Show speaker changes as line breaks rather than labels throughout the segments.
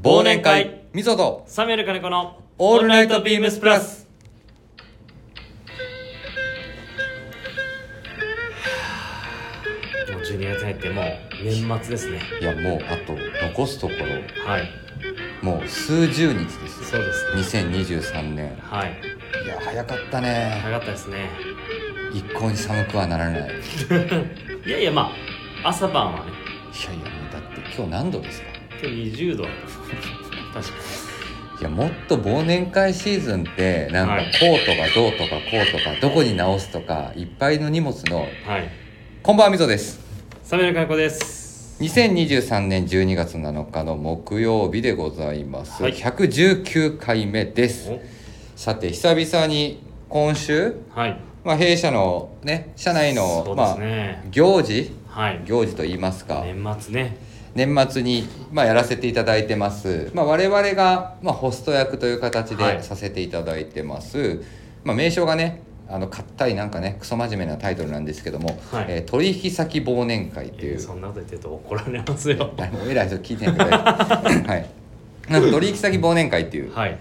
忘年会みそと
サミュエル金子の
オールナイトビームスプラス
もう12月入ってもう年末ですね
いやもうあと残すところ
はい
もう数十日です
そう
よ
ですね
2023年
はい
いや早かったね
早かったですね
一向に寒くはならないいやいやも
いやいやまあ朝晩はね
うだって今日何度ですか
今日20度あった確か
いやもっと忘年会シーズンってなんか
はい
こうとかどうとかこうとかどこに直すとかいっぱいの荷物の
にはい
こんばんはみぞです
サミュエル金子です
2023年12月7日の木曜日でございます、
はい
119回目です
お
さて久々に今週、
はい
まあ、弊社のね社内の、
そうで
ますあ、
ね、
行事
はい
行事といいますか
年末ね
年末に、まあ、やらせていただいてます、まあ、我々が、まあ、ホスト役という形
は
で
い
させていただいてます、まあ、名称がねあの硬いなんかねクソ真面目なタイトルなんですけども、
はい
えー取引先忘年会って
い
いう
やそんなこと言ってると怒られますよ
誰も偉い人聞いてないけど はいなんか取引先忘年会っていう
はい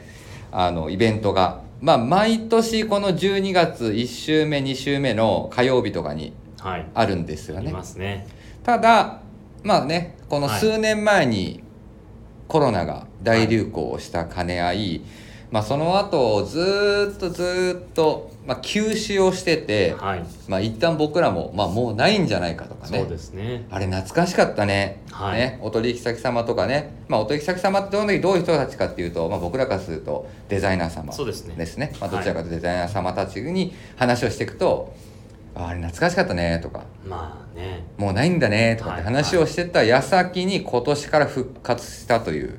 あのイベントが、まあ、毎年この12月1週目2週目の火曜日とかに
はい
あるんですよ
い
ね
ますね
ただまあねこの
はい
数年前にコロナが大流行をした兼ね合い、まあ、その後ずーっとずーっと、まあ、休止をしてて、
はい
まあ一旦僕らも、まあ、もうないんじゃないかとかね
そうですね
あれ懐かしかったね,、
はい
ねお取引先様とかね、まあ、お取引先様ってどういうどういう人たちかっていうと、まあ、僕らからするとデザイナー様
そうですね
ですね、まあ、どちらかというとデザイナー様たちに話をしていくと「ああれ懐かしかったね」とか
まあね
「もうないんだね」とかって話をしてた矢先に今年から復活したという、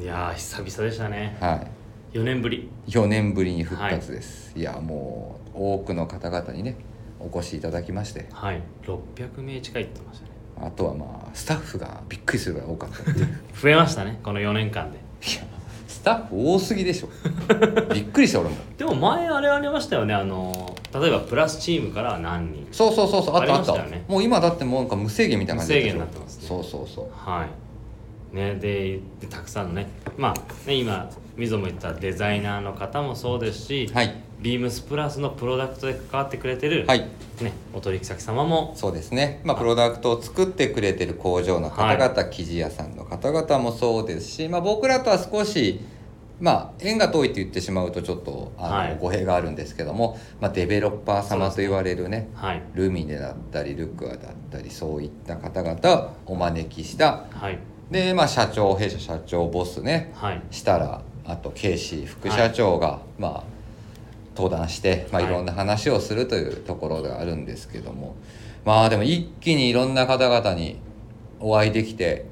いやー久々でしたね
はい、
4年ぶり
4年ぶりに復活です、い、やもう多くの方々にねお越しいただきまして
はい600名近いって言ってましたね
あとはまあスタッフがびっくりするぐらい多かったっていう。
増えましたねこの4年間で
いやスタッフ多すぎでし ょびっくりした俺も
でも前あれありましたよねあの例えばプラスチームから何人
そうそうそうそうあったあ
ありま
っ
したたよね
もう今だってもうなんか無制限みたいな感じだ
無制限に
っ
なって
た
ま
でしょ
すね
そうそうそう
はいねででたくさんのねまあね今みぞも言ったデザイナーの方もそうですし、
はい
ビームスプラスのプロダクトで関わってくれてる、
はい
ね、お取引先様も
そうですねまあプロダクトを作ってくれてる工場の方々、生地屋さんの方々もそうですし、まあ、僕らとは少しまあ縁が遠いって言ってしまうとちょっとあの、
はい
語弊があるんですけども、まあ、デベロッパー様と言われるね
はい
ルミネだったりルクアだったりそういった方々をお招きした
はい
で、まあ、社長弊社社長ボスね
はい
したらあとケイシー副社長が、まあ、登壇して、まあ、い
はい
ろんな話をするというところがあるんですけども、まあでも一気にいろんな方々にお会いできて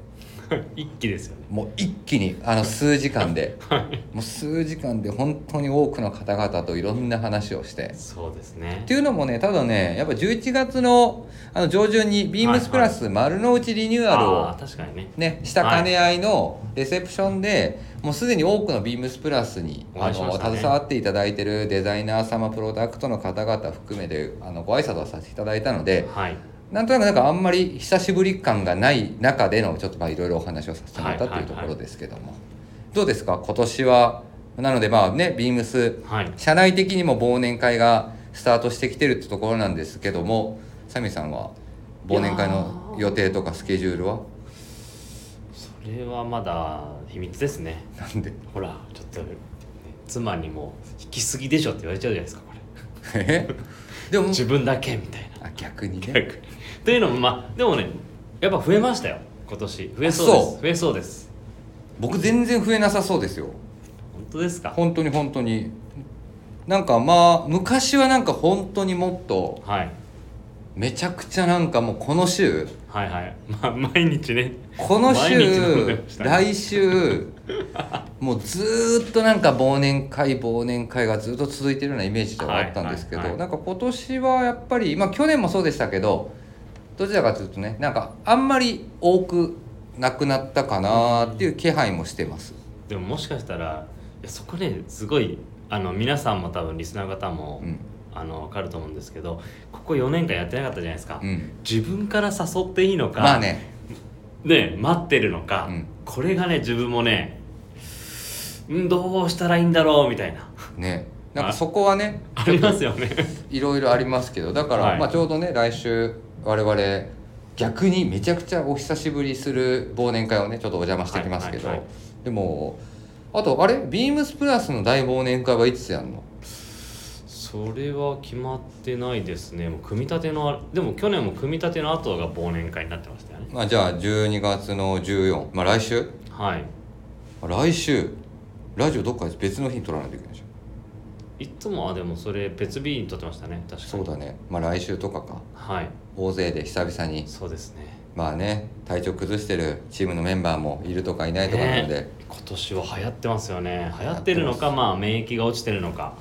一気ですよね
もう一気にあの数時間で
はい
もう数時間で本当に多くの方々といろんな話をして。
そうですね
っていうのもねただねやっぱ11月のあの上旬にビームスプラス丸の内リニューアルを、
ああ確かにね
ね、した兼ね合いのレセプションで、もうすでに多くのビームスプラスに
お
あ
会いしま
の
したね
携わっていただいてるデザイナー様プロダクトの方々含めてあのご挨拶をさせていただいたので
はい
なんとなくなんかあんまり久しぶり感がない中でのちょっとまあいろいろお話をさせてもらったと
はいいう
とこ
はいは
ろ
い
ですけども、どうですか今年はなのでまあねビームス
はい
社内的にも忘年会がスタートしてきてるってところなんですけどもサミさんは忘年会の予定とかスケジュールは
それはまだ秘密ですね
なんで
ほらちょっと、ね、妻にも引きすぎでしょって言われちゃうじゃないですかこれ
えでも
自分だけみたいな
あ逆にね
逆にというのもまあでもねやっぱ増えましたよ今年増えそうです
そう
増えそうです
僕全然増えなさそうですよ
本当ですか
本当に本当になんかまあ昔はなんか本当にもっと
はい
めちゃくちゃなんかもうこの週
はいはい まあ毎日ね
この
毎日飲んで
週
ましたね
来週もうずーっとなんか忘年会忘年会がずっと続いてるようなイメージではあったんですけど、
はいはいはい
なんか今年はやっぱりまあ去年もそうでしたけどどちらかというとねなんかあんまり多くなくなったかなーっていう気配もしてます。
でももしかしたらいやそこねすごいあの皆さんも多分リスナーの方も、
うん
あの分かると思うんですけどここ4年間やってなかったじゃないですか、
うん
自分から誘っていいのか、
まあね、
ね待ってるのか、
うん
これがね自分もねうんどうしたらいいんだろうみた いな
ねなんかそこはね
ありますよね
いろいろありますけどだから、
はい
まあ、ちょうどね来週我々逆にめちゃくちゃお久しぶりする忘年会をねちょっとお邪魔してきますけど、
はいはいは
でもあとあれビームスプラスの大忘年会はいつやんの
それは決まってないですねもう組み立てのあでも去年も組み立ての後が忘年会になってましたよね
まあ、じゃあ12月の14、まあ、来週
はい
あ来週ラジオどっかで別の日に撮らないといけないでしょ
いつもはでもそれ別日に撮ってましたね確かに
そうだねまあ来週とかか
はい
大勢で久々に
そうですね
まあね体調崩してるチームのメンバーもいるとかいないとかなので、
ね今年は流行ってますよね流行ってるのかまあ免疫が落ちてるのか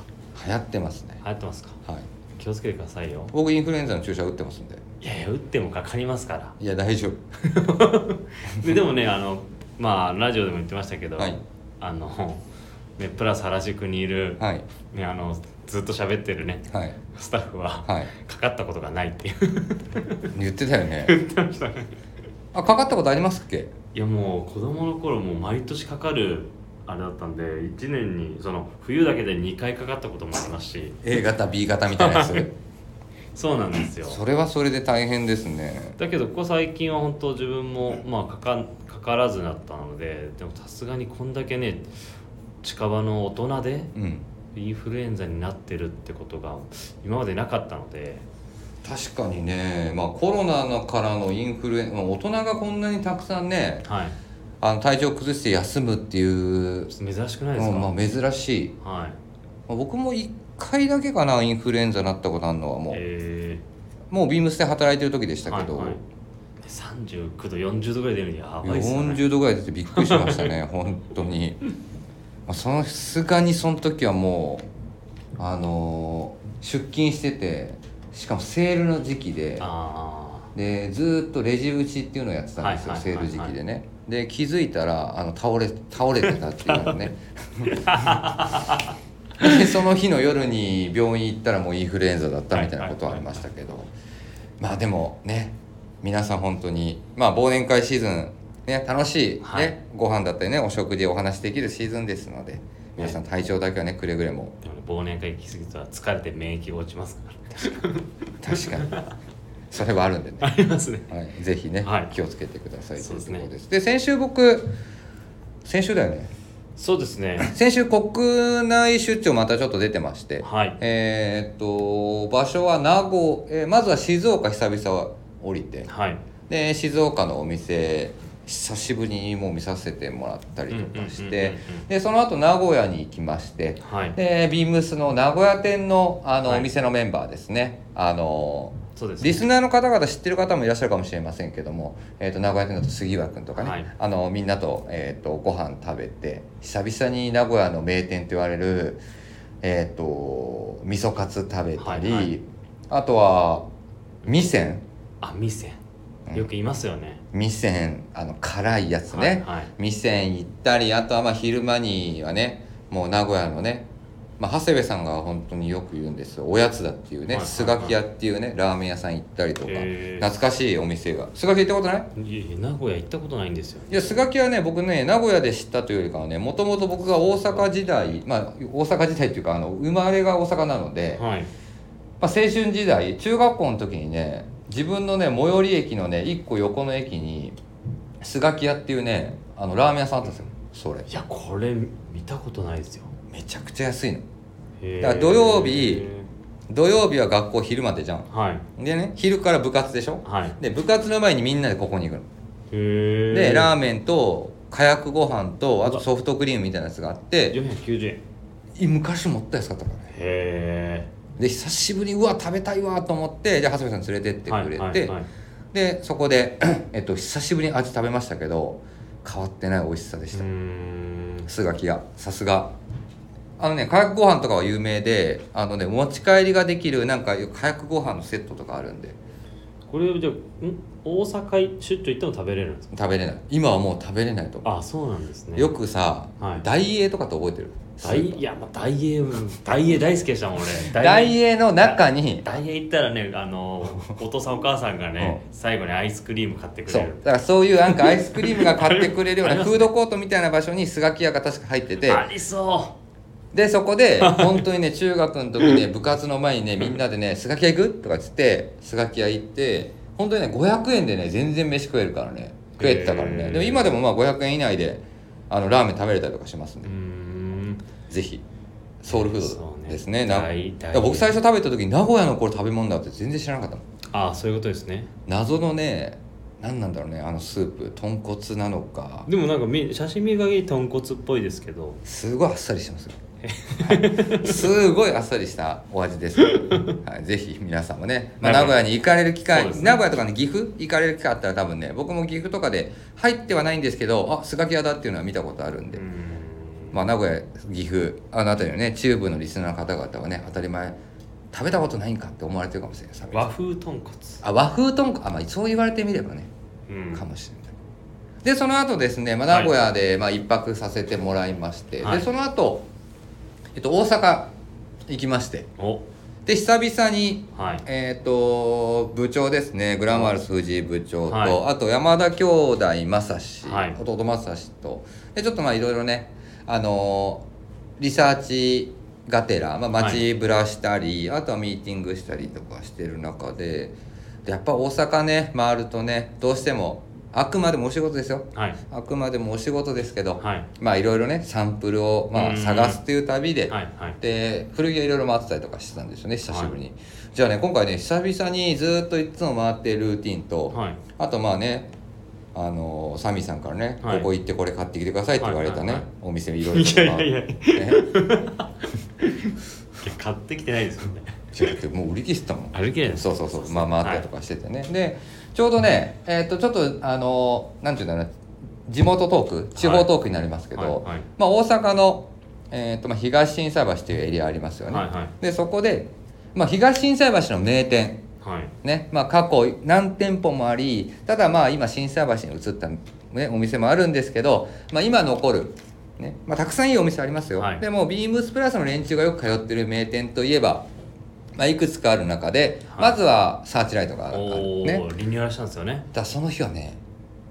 流行ってますね
流行ってますか
はい
気をつけてくださいよ
僕インフルエンザの注射打ってますんで
いやいや打ってもかかりますから
いや大丈
ででもねあのまあラジオでも言ってましたけど、
はい
あの、ね、プラス原宿にいる、
夫はい
ね、あのずっと喋ってるね
はい
スタッフは、
はい
かかったことがないっていう
言ってたよね
言ってましたね
あかかったことありますっけ
いやもう子供の頃もう毎年かかるあれだったんで1年にその冬だけで2回かかったこともありますし
A 型 B 型みたい なやつ
そうなんですよ
それはそれで大変ですね
だけどここ最近は本当自分もまあかかかからずだったのででもさすがにこんだけね近場の大人で
うん
インフルエンザになってるってことが今までなかったので
確かにね、まあ、コロナのからのインフルエンザ、まあ大人がこんなにたくさんね
はい
あの体調崩して休むっていう、
ちょっと珍しくないですか、
うんまあ、珍しい、
はい
まあ僕も1回だけかなインフルエンザになったことあるのはもう、
え
もうビームスで働いてる時でし
ー、
たけど、
はいはい、39度40度ぐらい出るのやばいですよね
40度ぐらい出てびっくりしましたね本当に、 まあ、そのさすがにその時はもうあのー出勤しててしかもセールの時期で
あ
でずーっとレジ打ちっていうのをやってたんですよ
はいはい
セ
はい
ー
はい
ル時期でねで気づいたらあの倒れ倒れてたっていうの ねでその日の夜に病院行ったらもうインフルエンザだったみたいなことはありましたけどまあでもね皆さん本当にまあ忘年会シーズンね楽しいね、
はい
ご飯だったりねお食事お話しできるシーズンですので皆さん体調だけはねくれぐれも
ーでもね忘年会行き過ぎたら疲れて免疫が落ちます から
確かに それはあるんでね
ありますね
はい、ぜひね、
はい
気をつけてくださいと
そう
いうと
です
こ
ね
ろです。で先週僕先週だよね
そうですね
先週国内出張またちょっと出てまして、
はい
えーっと場所は名護、えーまずは静岡久々は降りて
はい
で静岡のお店久しぶりにもう見させてもらったりとかして、
うんうんうんうんうん
でその後名古屋に行きまして、
はい
でビームスの名古屋店のあの、
はい
お店のメンバーですねあの
そうですね
リスナーの方々知ってる方もいらっしゃるかもしれませんけども、えー、と名古屋店だと杉浦君とかね、
はい
あのみんなと,、えー、とご飯食べて久々に名古屋の名店と言われる、えー、と味噌カツ食べたり、
はいはい
あとは味仙
あ店
うん
よくいますよね、
味仙あの辛いやつ
はい
ね、
はい
味仙行ったりあとはまあ昼間にはねもう名古屋のね、まあ、長谷部さんが本当によく言うんですよおやつだっていうね
はい
スガキ屋っていうねラーメン屋さん行ったりとか
へー
懐かしいお店がスガキ行ったことない
いえいえ名古屋行ったことないんですよ
いやスガキはね僕ね名古屋で知ったというよりかはねもともと僕が大阪時代まあ大阪時代っていうかあの生まれが大阪なので、
はい
まあ、青春時代中学校の時にね自分のね最寄り駅のね1個横の駅にスガキ屋っていうねあのラーメン屋さんあったんですよそれ
いやこれ見たことないですよ
めちゃくちゃ安いの
へー
だから土曜日土曜日は学校昼までじゃん
はい
でね昼から部活でしょ
はい
で部活の前にみんなでここに行くの
へえ
でラーメンと火薬ご飯とあとソフトクリームみたいなやつがあって
490円へ
い昔もった安かったからね
え
で久しぶりにうわ食べたいわと思ってじゃあ長谷部さん連れてってくれて、
はい
でそこで、 えっと、久しぶりに味食べましたけど変わってない美味しさでし
う
た
ーん
すがき屋さすがあのね火薬ご飯とかは有名であのね持ち帰りができるなんか火薬ご飯のセットとかあるんで
これじゃあん大阪出張行っても食べれるんですか
食べれない今はもう食べれないと思
あそうなんです
う、
ね
よくさ、
はい
ダイエーとかって覚えてる
大いやまあ大英大英大好きでし たもん俺
ダイエーの中に
大英行ったらねあのお父さんお母さんがね最後にアイスクリーム買ってく
そう
れる
だからそういうなんかアイスクリームが買ってくれるよう
あり
な
ます
フードコートみたいな場所にスガキ屋が確か入ってて
ありそ
でそこ で本当にね中学の時ね部活の前にねみんなでね「スガキ屋行く?」とかっつってスガキ屋行って本当にね500円でね全然飯食えるからね食えてたから
へ
ね
ー
でも今でもまあ500円以内であのラーメン食べれたりとかします
うう
ね
ーん
ぜひソウルフードですね
そうね
な
大大
いや僕最初食べた時名古屋のこれ食べ物だって全然知らなかったもん
あそういうことですね
謎のね何なんだろうねあのスープ豚骨なのか
でもなんかみ写真見かけに豚骨っぽいですけど
すごいあっさりしてますよ。はいすごいあっさりしたお味です。はい、ぜひ皆さんもね、まあ、名
名
古
古
屋
屋
に行かれる機会、
そうですね
名古屋とかね岐阜行かれる機会あったら多分ね僕も岐阜とかで入ってはないんですけどあスガキ屋だっていうのは見たことあるん
う
で、
ーん
まあ、名古屋岐阜あの辺りのね中部のリスナーの方々はね当たり前食べたことないんかって思われてるかもしれない
和風豚骨
あ和風豚骨あ、まあ、そう言われてみればね
うん
かもしれない。でその後ですね、まあ、
は
名
い
古屋でまあ一泊させてもらいまして、
はい
でその後、えっと大阪行きまして
お
で久々に、
はい
えっと部長ですねグラマルス藤井部長と、
はい
あと山田兄弟正志、
はい
弟正志とでちょっとまあいろいろねあのーリサーチがてら、まあ、街ぶらしたり、あとはミーティングしたりとかしてる中ででやっぱ大阪ね回るとねどうしてもあくまでもお仕事ですよ
はい
あくまでもお仕事ですけど、
はい
まあいろいろねサンプルをま
う
あ
ん
探すという旅で、
はいはい
で古着をいろいろ回ってたりとかしてたんですよね久しぶりに、じゃあね今回ね久々にずっといつも回ってるルーティンと、
はい
あとまあねあのーサミーさんからね、
はい
ここ行ってこれ買ってきてくださいって言われたね、
はいはいはい
お店いろいろ
い やいやいやい
ね
や買ってきてないですよね
ちょっとだってもう売り切ってたもん
歩けないです
そうそうそうまあ回ったりとかしててね、でちょうどねえっとちょっとあのーなんていうんだろうな地元トーク地方トークになりますけど、
はいはい
まあ、大阪の、えーとまあ、東心斎橋というエリアありますよね、
はいはい
でそこで、まあ、東心斎橋の名店
はい
ねまあ、過去何店舗もありただまあ今心斎橋に移った、ね、お店もあるんですけど、まあ、今残る、ねまあ、たくさんいいお店ありますよ、
はい
でもビームスプラスの連中がよく通ってる名店といえば、まあ、いくつかある中で、
はい
まずはサーチライトがあるあ
お
る
お、
ね
リニューアルしたんですよね
だからその日はね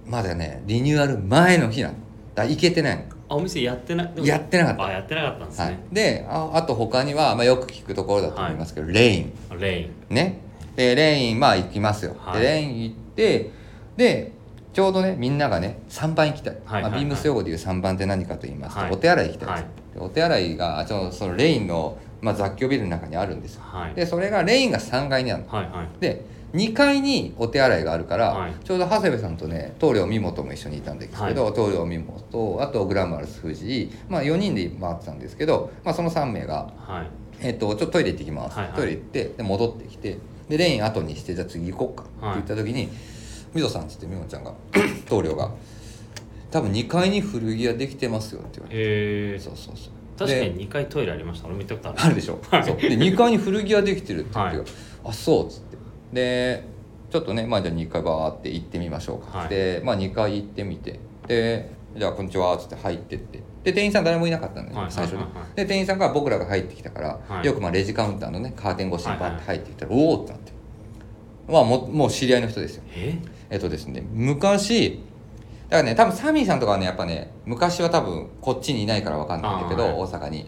まだねリニューアル前の日なのだから行けてないの
あお店やってないでも
やってなかった
あやってなかったんですね、
はい、でああと他には、まあ、よく聞くところだと思いますけど、レイン
レイン
ねでレインまあ行きますよ、
はい
でレイン行ってでちょうどねみんながね3番行きたい、
はいはいはい
まあ、ビームス用語でいう3番って何かと言いますと、
はい
お手洗い行きたいです、
はい
でお手洗いがあちょうどそのレインの、まあ、雑居ビルの中にあるんですよ
はい
でそれがレインが3階にあるの
はいはい
で2階にお手洗いがあるから、
はい
ちょうど長谷部さんとね棟梁美本も一緒にいたんですけど、棟梁美本とあとグラマラス藤井、まあ、4人で回ってたんですけど、まあ、その3名が
はい
えっとちょっとトイレ行ってきます、
はいはい
トイレ行ってで戻ってきてでレイン後にしてじゃあ次行こうかって
はい
言った時に「みぞさん」っつってみもちゃんが 棟梁が「多分2階に古着屋できてますよ」って言われて、
えー
そうそうそう
確か
で
に2回トイレありました俺見たことある
あるでしょ、そうで2階に古着屋できてるって言ってよ、
は
あそうっつってでちょっとねまあじゃあ2階バーって行ってみましょうか、
はい
でまあ2階行ってみてでじゃあこんにちはっつって入ってってで店員さん誰もいなかったんだよね、
はい
最初に、
はいはいはい
で店員さんが僕らが入ってきたから、
はい
よくまあレジカウンターのねカーテン越しにバッ
はい
て
はい
入ってきたら、おおってなってまあももう知り合いの人ですよ
え
えっとですね昔だからね多分サミーさんとかはねやっぱね昔は多分こっちにいないから分かんないんだけど、
あーはい
大阪に。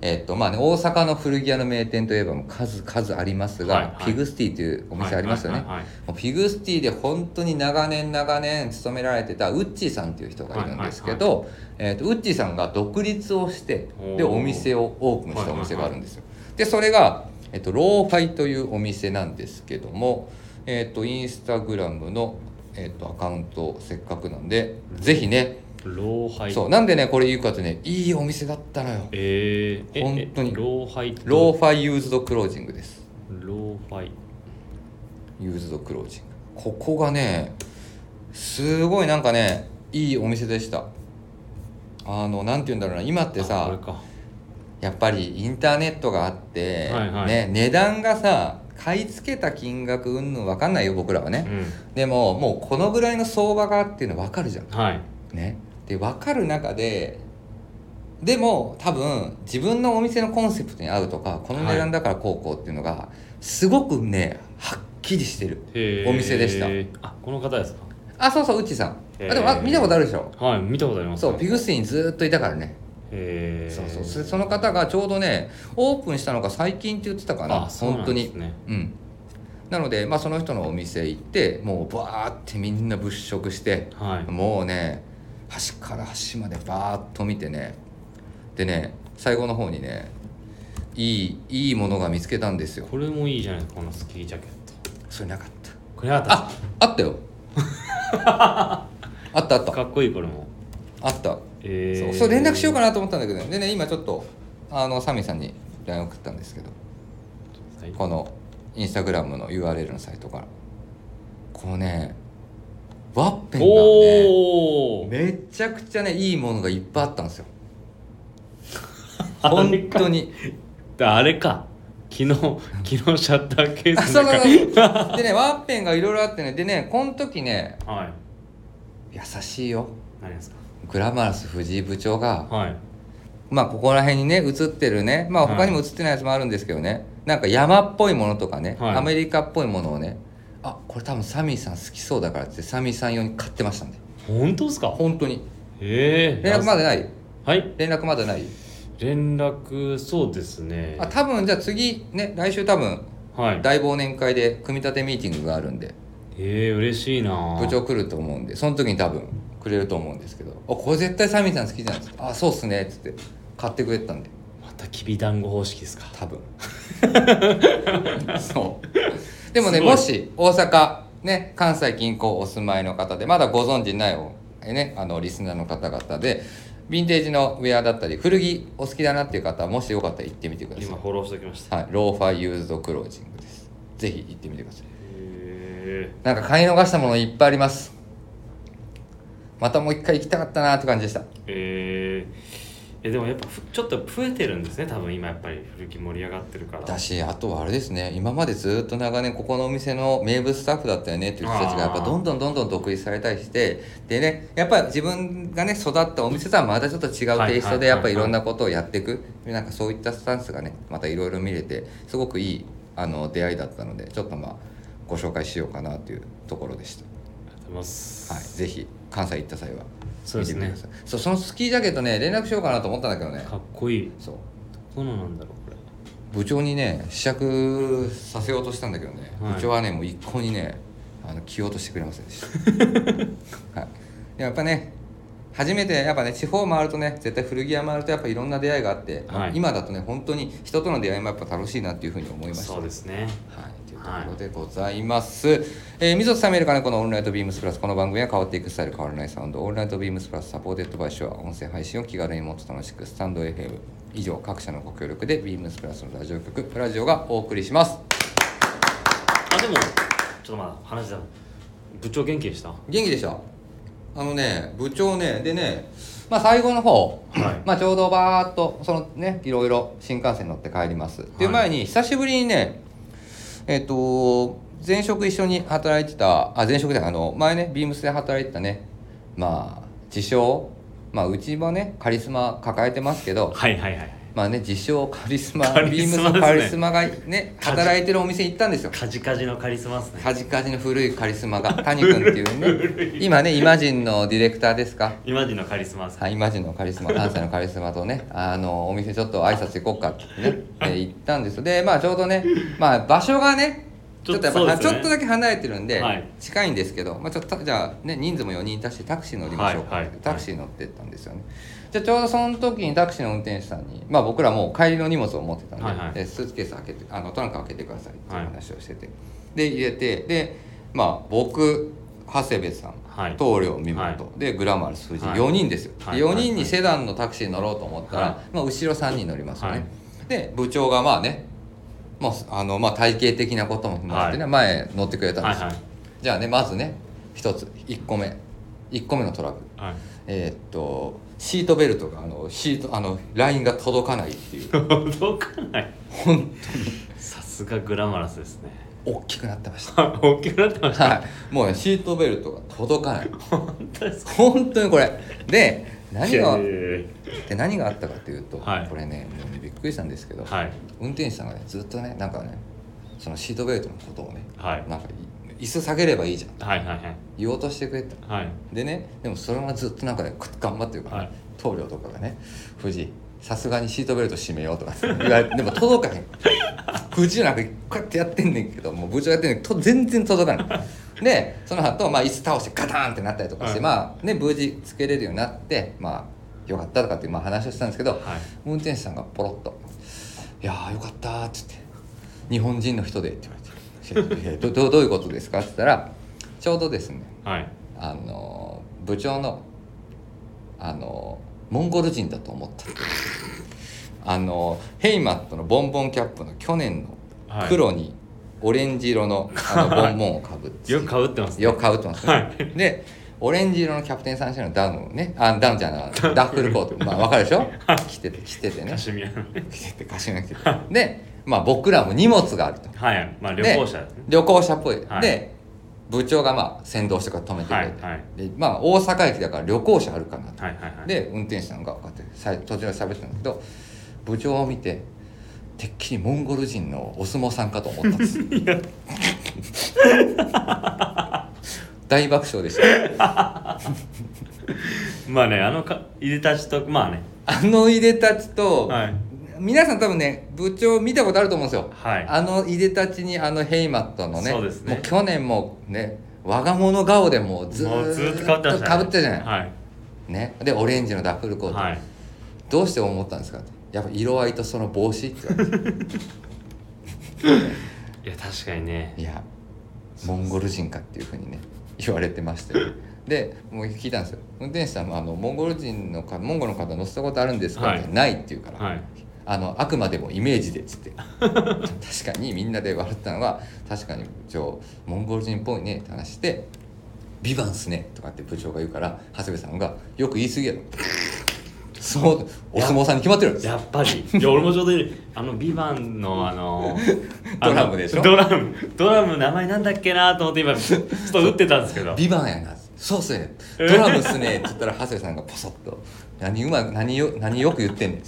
えっとまあね、大阪の古着屋の名店といえばもう数々ありますが、
はいはい
ピグスティというお店ありますよね、
はいはいはい
もうピグスティで本当に長年長年勤められてたウッチーさんという人がいるんですけど、えー、とウッチーさんが独立をしてで
おー
お店をオープンしたお店があるんですよ。でそれが、えー、とローファイというお店なんですけども、えー、とインスタグラムの、えー、とアカウントをせっかくなんでぜひね、
老廃
そうなんでねこれ言うかとねいいお店だったのよ。
えー、え
本当に
え老廃と
ローファイユーズドクロージングです。
老廃
ユーズドクロージングここがねすごいなんかねいいお店でしたあのなんて言うんだろうな今って
あこ
さ
れか
やっぱりインターネットがあって、
はいはい
ね、値段がさ買い付けた金額うんぬん分かんないよ僕らは
う
ね、
ん
でももうこのぐらいの相場がっていうの分かるじゃん
はい
ねで分かる中ででも多分自分のお店のコンセプトに合うとかこの値段だからこうこうっていうのがすごくねはっきりしてる
へー
お店でした
あこの方ですか
あそうそううっちーさん
へー
あでもあ見たことあるでしょ
はい見たことあります
そうピグスティにずっといたからね
へえ
そうそうそその方がちょうどねオープンしたのが最近って言ってたかな
あそう
本
な
当
んで
に
すね
うんなので、まあ、その人のお店行ってもうバーってみんな物色して
はい
もうね端から端までバーッと見てねでね最後の方にねいいいいものが見つけたんですよ
これもいいじゃないですかこのスキージャケット
それなかった
これなかった
ああった よあったあっ
ですか
た
かっこいいこれも
あった
え
そ
ー
うそれ連絡しようかなと思ったんだけどねでね今ちょっとあのサミーさんに LINE 送ったんですけど
はい
このインスタグラムの URL のサイトからこのねワッペンが
おお
ねめちゃくちゃねいいものがいっぱいあったんですよ
あれ
本
か
当に
あれか昨日 昨日シャッターケー
あ
ス
そ
の
うそ
中
うそうでねワッペンがいろいろあってねでねこの時ね
はい
優しいよ
何ですか
グラマラス藤井部長が
はい
まあここら辺にね映ってるねまあ他にも映ってないやつもあるんですけどね、なんか山っぽいものとかね、
はい
アメリカっぽいものをねあこれ多分サミーさん好きそうだからってサミーさん用に買ってましたんで
本当ですか
本当に
ええ
連絡まだない
はい
連絡まだない
連絡そうですね
あ多分じゃあ次ね来週多分
はい
大忘年会で組み立てミーティングがあるんで
ええ嬉しいな
部長来ると思うんでその時に多分くれると思うんですけど「あこれ絶対サミーさん好きじゃないですか」あそうっすね」っつって買ってくれてたんで
またきびだんご方式ですか
多分 そうでもね
すごい
もし大阪ね関西近郊お住まいの方でまだご存知ないおえねあのリスナーの方々でヴィンテージのウェアだったり古着お好きだなっていう方はもしよかったら行ってみてくだ
今
さ
フォローしておきました
い、はい、ローファーユーズドクロージングですぜひ行ってみてください
へ
なんか買い逃したものいっぱいありますまたもう一回行きたかったなって感じでした
えええでもやっぱふちょっと増えてるんですね多分今やっぱり古着盛り上がってるから
だしあとはあれですね今までずっと長年ここのお店の名物スタッフだったよねっていう人たちがや
あ
っぱ
ー
どんどんどんどん独立されたりしてでねやっぱり自分がね育ったお店とはまたちょっと違うテイストで
はいはいはいはい
やっぱりいろんなことをやっていくなんかそういったスタンスがねまたいろいろ見れてすごくいいあの出会いだったのでちょっとまあご紹介しようかなというところでした。
ありがとうございます
はい、ぜひ関西行った際は
そう
見
で
て
す
みてく
ね
ださいそうそのスキージャケットね連絡しようかなと思ったんだけどね
かっこいい
そう
どのなんだろうこれ
部長にね試着させようとしたんだけどね、
はい
部長はねもう一向にねあの着ようとしてくれませんで したはい、でもやっぱね初めてやっぱね地方回るとね絶対古着屋回るとやっぱいろんな出会いがあって、
はい
今だとね本当に人との出会いもやっぱ楽しいなっていうふうに思いました
そうですね
はい、というところでございます。えー、溝津さんメルカネコのオンライトビームスプラス、この番組は変わっていくスタイル変わらないサウンド、オンライトビームスプラスサポーテッドバイショア、音声配信を気軽にもっと楽しく、スタンド FM。以上、各社のご協力で、ビームスプラスのラジオ局、プラジオがお送りします。
あでもちょっとまだ話だ部長元気でしたは
元気でしたあのね、部長ね、でね、まあ最後の方、
い
まあちょうどバーっと、そのね、いろいろ新幹線乗って帰ります。っていう前に、久しぶりにね、えっ、と、前職一緒に働いてた、あ、前職じゃないあの、前ね、ビームスで働いてたね、まあ、自称、まあ、うちはね、カリスマ抱えてますけど、
はいはいはい
まあね、自称カリスマ、
カ
ビ
リ
ーム
ス
ス
マです
の
ね
カリスマがね、働いてるお店行ったんですよ。
カジカジのカリスマですね
カジカジの古いカリスマが、谷君って いうね、今ね、イマジンのディレクターですか。
今時のカリスマですね
はい、イマジンのカリ スマ関西のカリスマとねあのお店ちょっと挨拶行こうかってね、 えー行ったんですでまあちょうどね、まあ、場所がねち
ち
ょ
ょ
っ
っ
と
と
やっぱはち
そ
ょ
うですね
っとだけ離れてるんで、
はい
近いんですけど、まあ、ちょっとじゃあ、ね、人数も4人足してタクシー乗りましょうか、
はいはい
タクシー乗ってったんですよね、じゃあちょうどその時にタクシーの運転手さんに、まあ、僕らもう帰りの荷物を持ってたんで,、
はいはい
でスーツケース開けてあのトランク開けてくださいっていう話をしてて、で入れてでまあ僕長谷部さん
はい
棟梁見
は
本
い
でグラマル数字
はい
4人ですよ、
はい
4人にセダンのタクシーに乗ろうと思ったら、
はい
まあ、後ろ3人乗りますよね、
はい
で部長がまあね、まあ、あのまあ体系的なことも踏まえてね、前乗ってくれたん
は
で
い
すよ、
はい
じゃあねまずね一つ1個目1個目のトラブル
はい
えーっとシートベルトがあのシートあのラインが届かないっていう
届かない
本当に
さすがグラマラスですね
大きくなってまし
大きくなってましたた
はいもうねシートベルトが届かない
本当ですか
本当にこれで何が
いやいやいや
で何があったかというと、
はい
これねもうねびっくりしたんですけど、
はい
運転手さんがねずっとねなんかねそのシートベルトのことをね
はい
なんか椅子下げればいいじゃん
はいはいはい
言おうとしてくれた
はい
でねでもそれはずっとなんかねく頑張ってるから、ね
はい
棟梁とかがね「藤井さすがにシートベルト締めよう」とか言われてでも届かへん部長なんかこうやってやってんねんけどもう部長やってんねんけどと全然届かないでその後まあ椅子倒してガターンってなったりとかして、
はい
まあね無事つけれるようになってまあよかったとかっていうまあ話をしたんですけど、
はい
運転手さんがポロッと「いやーよかった」っつって「日本人の人で」って言われていや「ど どどういうことですか?」って言ったらちょうどですね
はい
あのー部長のあのーモンゴル人だと思ったあのーヘイマットのボンボンキャップの去年
は
の
い
黒にオレンジ色の あのボンボンをかぶって
よく被ってますね
よく被ってますね、
は
でオレンジ色のキャプテンサンシャインのダウンをねあダウンじゃないダッフルコートまあわかるでしょ着てて着ててね
カシミヤのね
着ててカシミヤ着ててでまあ僕らも荷物があると
はいまあ旅行者ですね
旅行者っぽい、
はい
で部長がまあ先導してから止めてく
は
れ
い
て、
はい
でまあ大阪駅だから旅行者あるかなと、
はいはいはい
で運転手さんがこうやってさ途中で喋ってたんだけど部長を見ててっきりモンゴル人のお相撲さんかと思ったん です 大爆笑でした
まあねあのかいでたちとまあね
あのいでたちと、
はい
皆さん多分ね部長見たことあると思うんですよ、
はい
あのいでたちにあのヘイマットのね
そうですね
もう去年もね我が物顔でもうず
もうず
ーっ
ーっ
と
と
か
か
ぶ
ぶ
っ
っ
たじ
ててまし
ゃないです
たね
か、
はい
ね、でオレンジのダッフルコート、
はい
どうして思ったんですかやっぱ色合いとその帽子って言わ れて
いや確かにね
いやモンゴル人かっていうふうにね言われてましたよ、ね、でもう聞いたんですよ運転手さんもあのモンゴル人のかモンゴルの方乗せたことあるんですか、
はい
ってないって言うから、
はい
あのあくまでもイメージでっつって確かにみんなで笑ったのは確かに部長モンゴル人っぽいねって話して「ビバンっすね」とかって部長が言うから長谷部さんが「よく言い過ぎやろ」そうお相撲さんに決まってる
やっぱりいや俺もちょうどいいあの「ビバンのあの
ドラムでしょ
あのドラムドラム名前なんだっけなと思って今ちょっと打ってたんですけど
ビバンやなそうっすねドラムっすねって言ったら長谷部さんがポソッと「何うまく何よ何よく言ってんねん」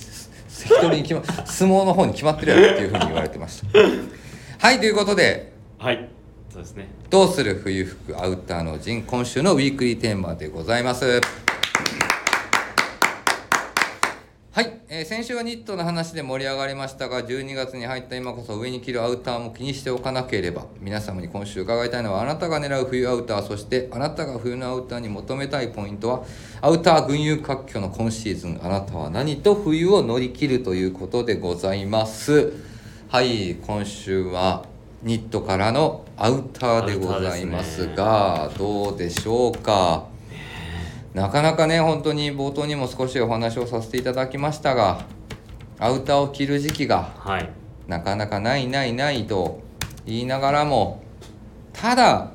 適当に決ま相撲の方に決まってるやろっていうふうに言われてましたはいということで
はいそうですね
どうする冬服アウターの陣今週のウィークリーテーマでございますはい、えー先週はニットの話で盛り上がりましたが12月に入った今こそ上に着るアウターも気にしておかなければ皆様に今週伺いたいのはあなたが狙う冬アウターそしてあなたが冬のアウターに求めたいポイントはアウター群雄割拠の今シーズンあなたは何と冬を乗り切るということでございますはい今週はニットからのアウターでございますがどうでしょうかなかなかね本当に冒頭にも少しお話をさせていただきましたがアウターを着る時期が
はい
なかなかないないないと言いながらもただ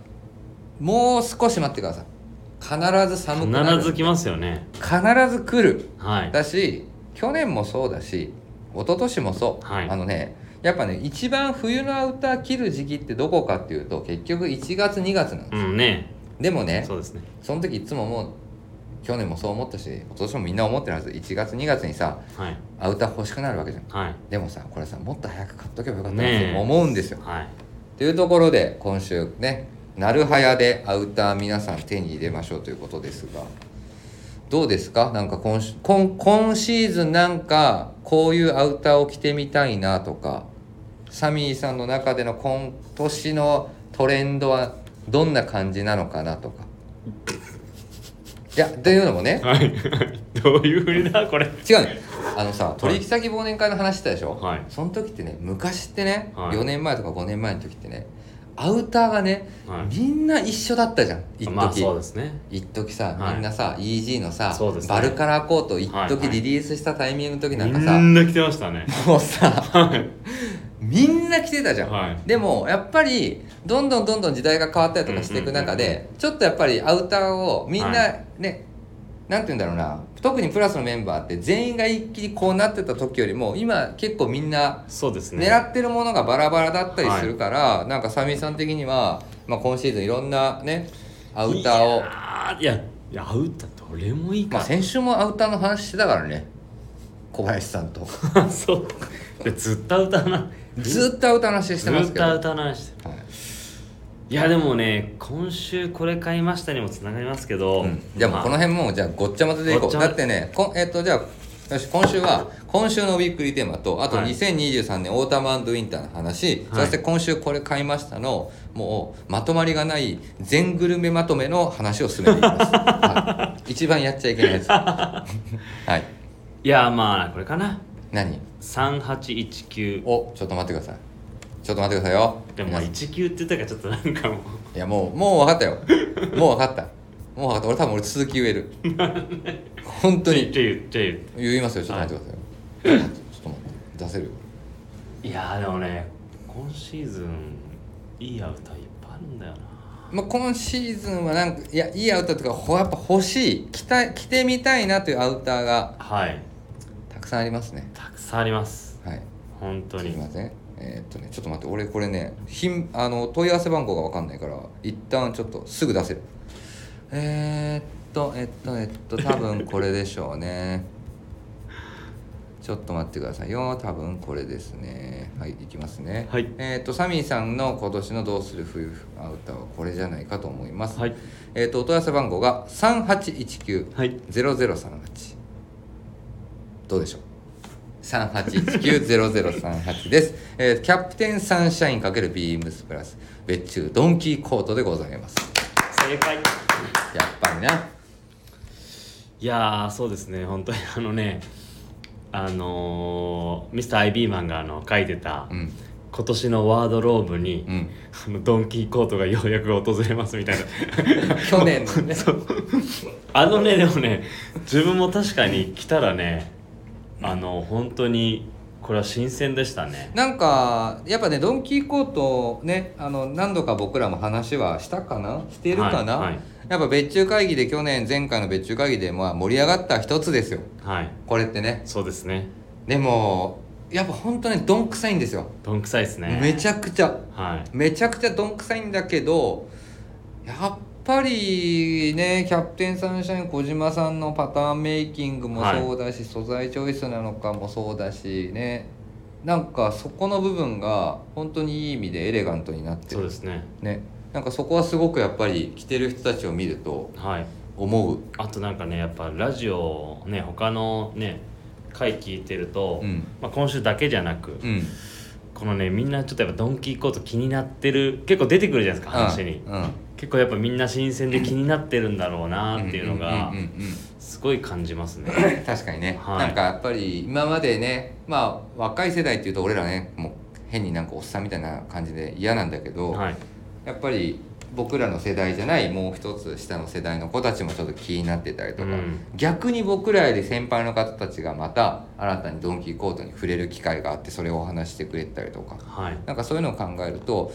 もう少し待ってください必ず寒くなる
必ず来ますよね
必ず来る
はい
だし去年もそうだし一昨年もそう、
はい
あのねやっぱね一番冬のアウター着る時期ってどこかっていうと結局1月2月なんです、
うんね
でもね
そうですね
その時いつももう去年もそう思ったし今年もみんな思ってるはず1月2月にさ
はい
アウター欲しくなるわけじゃん
はい
でもさこれさもっと早く買っとけばよかったなっ
ねえ
て思うんですよ、
はい
というところで今週ねなるはやでアウター皆さん手に入れましょうということですがどうですかなんか今週今今シーズンなんかこういうアウターを着てみたいなとかサミーさんの中での今年のトレンドはどんな感じなのかなとかいやというのもね
はい どういうふりだこれ
違うねあのさ取引先忘年会の話してたでしょ、
はい
その時ってね昔ってね、
はい
4年前とか5年前の時ってねアウターがね、
はい
みんな一緒だったじゃん一時、
まあそうですね
一時さ、
はい
みんなさ EG のさ、
そうですね
バルカラーコート一
はいは
時
い
リリースしたタイミングの時
み
なんかさ、
んな来てましたね
もうさ
はい
みんな着てたじゃん、
はい
でもやっぱりどんどんどんどん時代が変わったりとかしていく中で、ちょっとやっぱりアウターをみんな
は
ね、なんて言うんだろうな特にプラスのメンバーって全員が一気にこうなってた時よりも今結構みんな
そうですね
狙ってるものがバラバラだったりするから、なんかサミさん的には、まあ、今シーズンいろんなねアウターを、
いやーいやいやアウターどれもいいか
まあ、
ら、
先週もアウターの話してたからね小林さん と
そうでずっとアウターな
ずっとアウターの話してま
ず
す
っ
け
と
ど、
ア
は
ウターな話してる
い
いやでもね今週これ買いましたにもつながりますけど、
うん、じゃあもうこの
ま
辺もうじゃあごっちゃ混ぜでいこ
ごっ
う
ちゃ
だってねこんえっとじゃあよし今週は今週のウィークリーテーマとあと
はい
2023年オータムウィンターの話、
は
そ
い
して今週これ買いましたのもうまとまりがない全グルメまとめの話を進めていき ます、はい一番やっちゃいけないやつはい
いやまあこれかな
何
3819
おちょっと待ってくださいちょっと待ってくださいよ
でもまあ19って言ったからちょっとなんかもう
いやもうもう分かったよもう分かったもう分かった俺多分俺続き言える 本当に
って言って
言いますよちょっと待ってくださいよ、ちょっと待って出せるよ
いやでもね今シーズンいいアウターいっぱいあるんだよな
まあ、今シーズンはなんかいやいいアウターとかほやっぱ欲しい着た着てみたいなというアウターが
はい
たくさんありますね
たくさんあります
はい
本当
すい
に
ませんえーっとねちょっと待って俺これね品あの問い合わせ番号が分かんないから一旦ちょっとすぐ出せるえー、っとえっとえっと多分これでしょうね ちょっと待ってくださいよ多分これですねはいいきますね
はい
えーっとサミーさんの今年の「どうする冬アウター」はこれじゃないかと思います、
はい
えーっとお問い合わせ番号が3819
はい
0038どうでしょう38190038です、えーキャプテンサンシャイン×ビームスプラス別注ドンキーコートでございます
正解
やっぱりない
やーそうですね本当にあのねあのー、ミスター・アイビーマンがあの書いてた、
うん
今年のワードローブに、
うん
あのドンキーコートがようやく訪れますみたいな
去年のね
そうあのねでもね自分も確かに来たらねあの本当にこれは新鮮でしたね
なんかやっぱねドンキーコートねあの何度か僕らも話はしたかなしてるかな、
はいはい
やっぱ別注会議で去年前回の別注会議でまあ盛り上がった一つですよ
はい
これってね
そうですね
でもやっぱ本当にどんくさいんですよ
どんくさいですね
めちゃくちゃ
はい
めちゃくちゃどんくさいんだけどやっぱりねキャプテンサンシャイン小島さんのパターンメイキングもそうだし、素材チョイスなのかもそうだしねなんかそこの部分が本当にいい意味でエレガントになって
そう
る
ですね
ねなんかそこはすごくやっぱり着てる人たちを見ると
はい
思う
あとなんかねやっぱラジオをね他のね回聞いてると、
うん
まあ、今週だけじゃなく、
うん
このねみんなちょっとやっぱドンキーコート気になってる結構出てくるじゃないですか話に、
うんうん
結構やっぱみんな新鮮で気になってるんだろうなっていうのが
うんうんうんうん
すごい感じますね、
確かにね、
はい
なんかやっぱり今までねまあ若い世代っていうと俺らねもう変になんかおっさんみたいな感じで嫌なんだけど、
はい
やっぱり僕らの世代じゃないもう一つ下の世代の子たちもちょっと気になってたりとか、
うん
逆に僕らより先輩の方たちがまた新たにドンキーコートに触れる機会があってそれをお話してくれたりとか
はい
なんかそういうのを考えると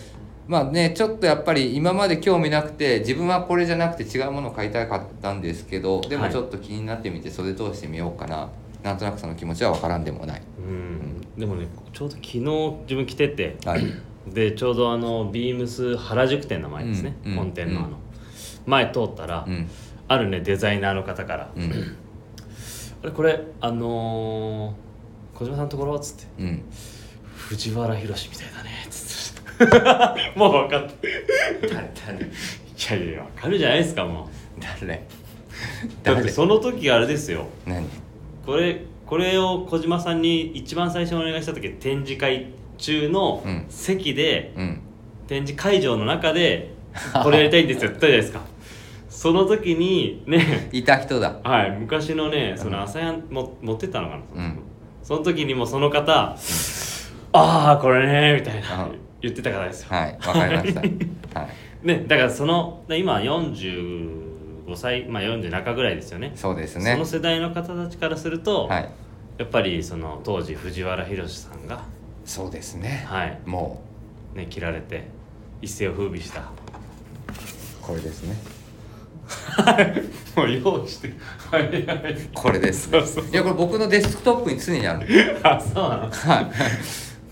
まあねちょっとやっぱり今まで興味なくて自分はこれじゃなくて違うものを買いたかったんですけどでも
はい
ちょっと気になってみて袖通してみようかな、なんとなくその気持ちは分からんでもない。
うんでもねちょうど昨日自分来てて
はい、
でちょうどあのビームス原宿店の前ですね、
うんうん
本店のあの、前通ったら、
うん
あるねデザイナーの方から
うん
「あれこれあのー小島さんのところ?」っつって
うん
「藤原宏みたいだね」っつって もう分かって
誰誰
いやいや分かるじゃないですかもう
誰
だって
誰
その時あれですよ
何
これこれを小島さんに一番最初にお願いした時展示会中の
うん
席で、
うん
展示会場の中でこれやりたいん ですよって言ったじゃないですかその時にね
いた人だ
はい昔のねその朝やんも持ってったのかな、
うん
その時にもその方「ああこれね」みたいな
うん
言ってた方ですよ、
はい分かりま したはい
ねだからそので今45歳まあ40中ぐらいですよね
そうです
そ
ね
の世代の方たちからすると、
はい
やっぱりその当時藤原宏さんが、
そうですね
はい
も
ね、切られて一世を風靡した
うこれですね
もう用意してはいはい
これです
そうそう
いやこれ僕のデスクトップに常にある
あそうなの
はい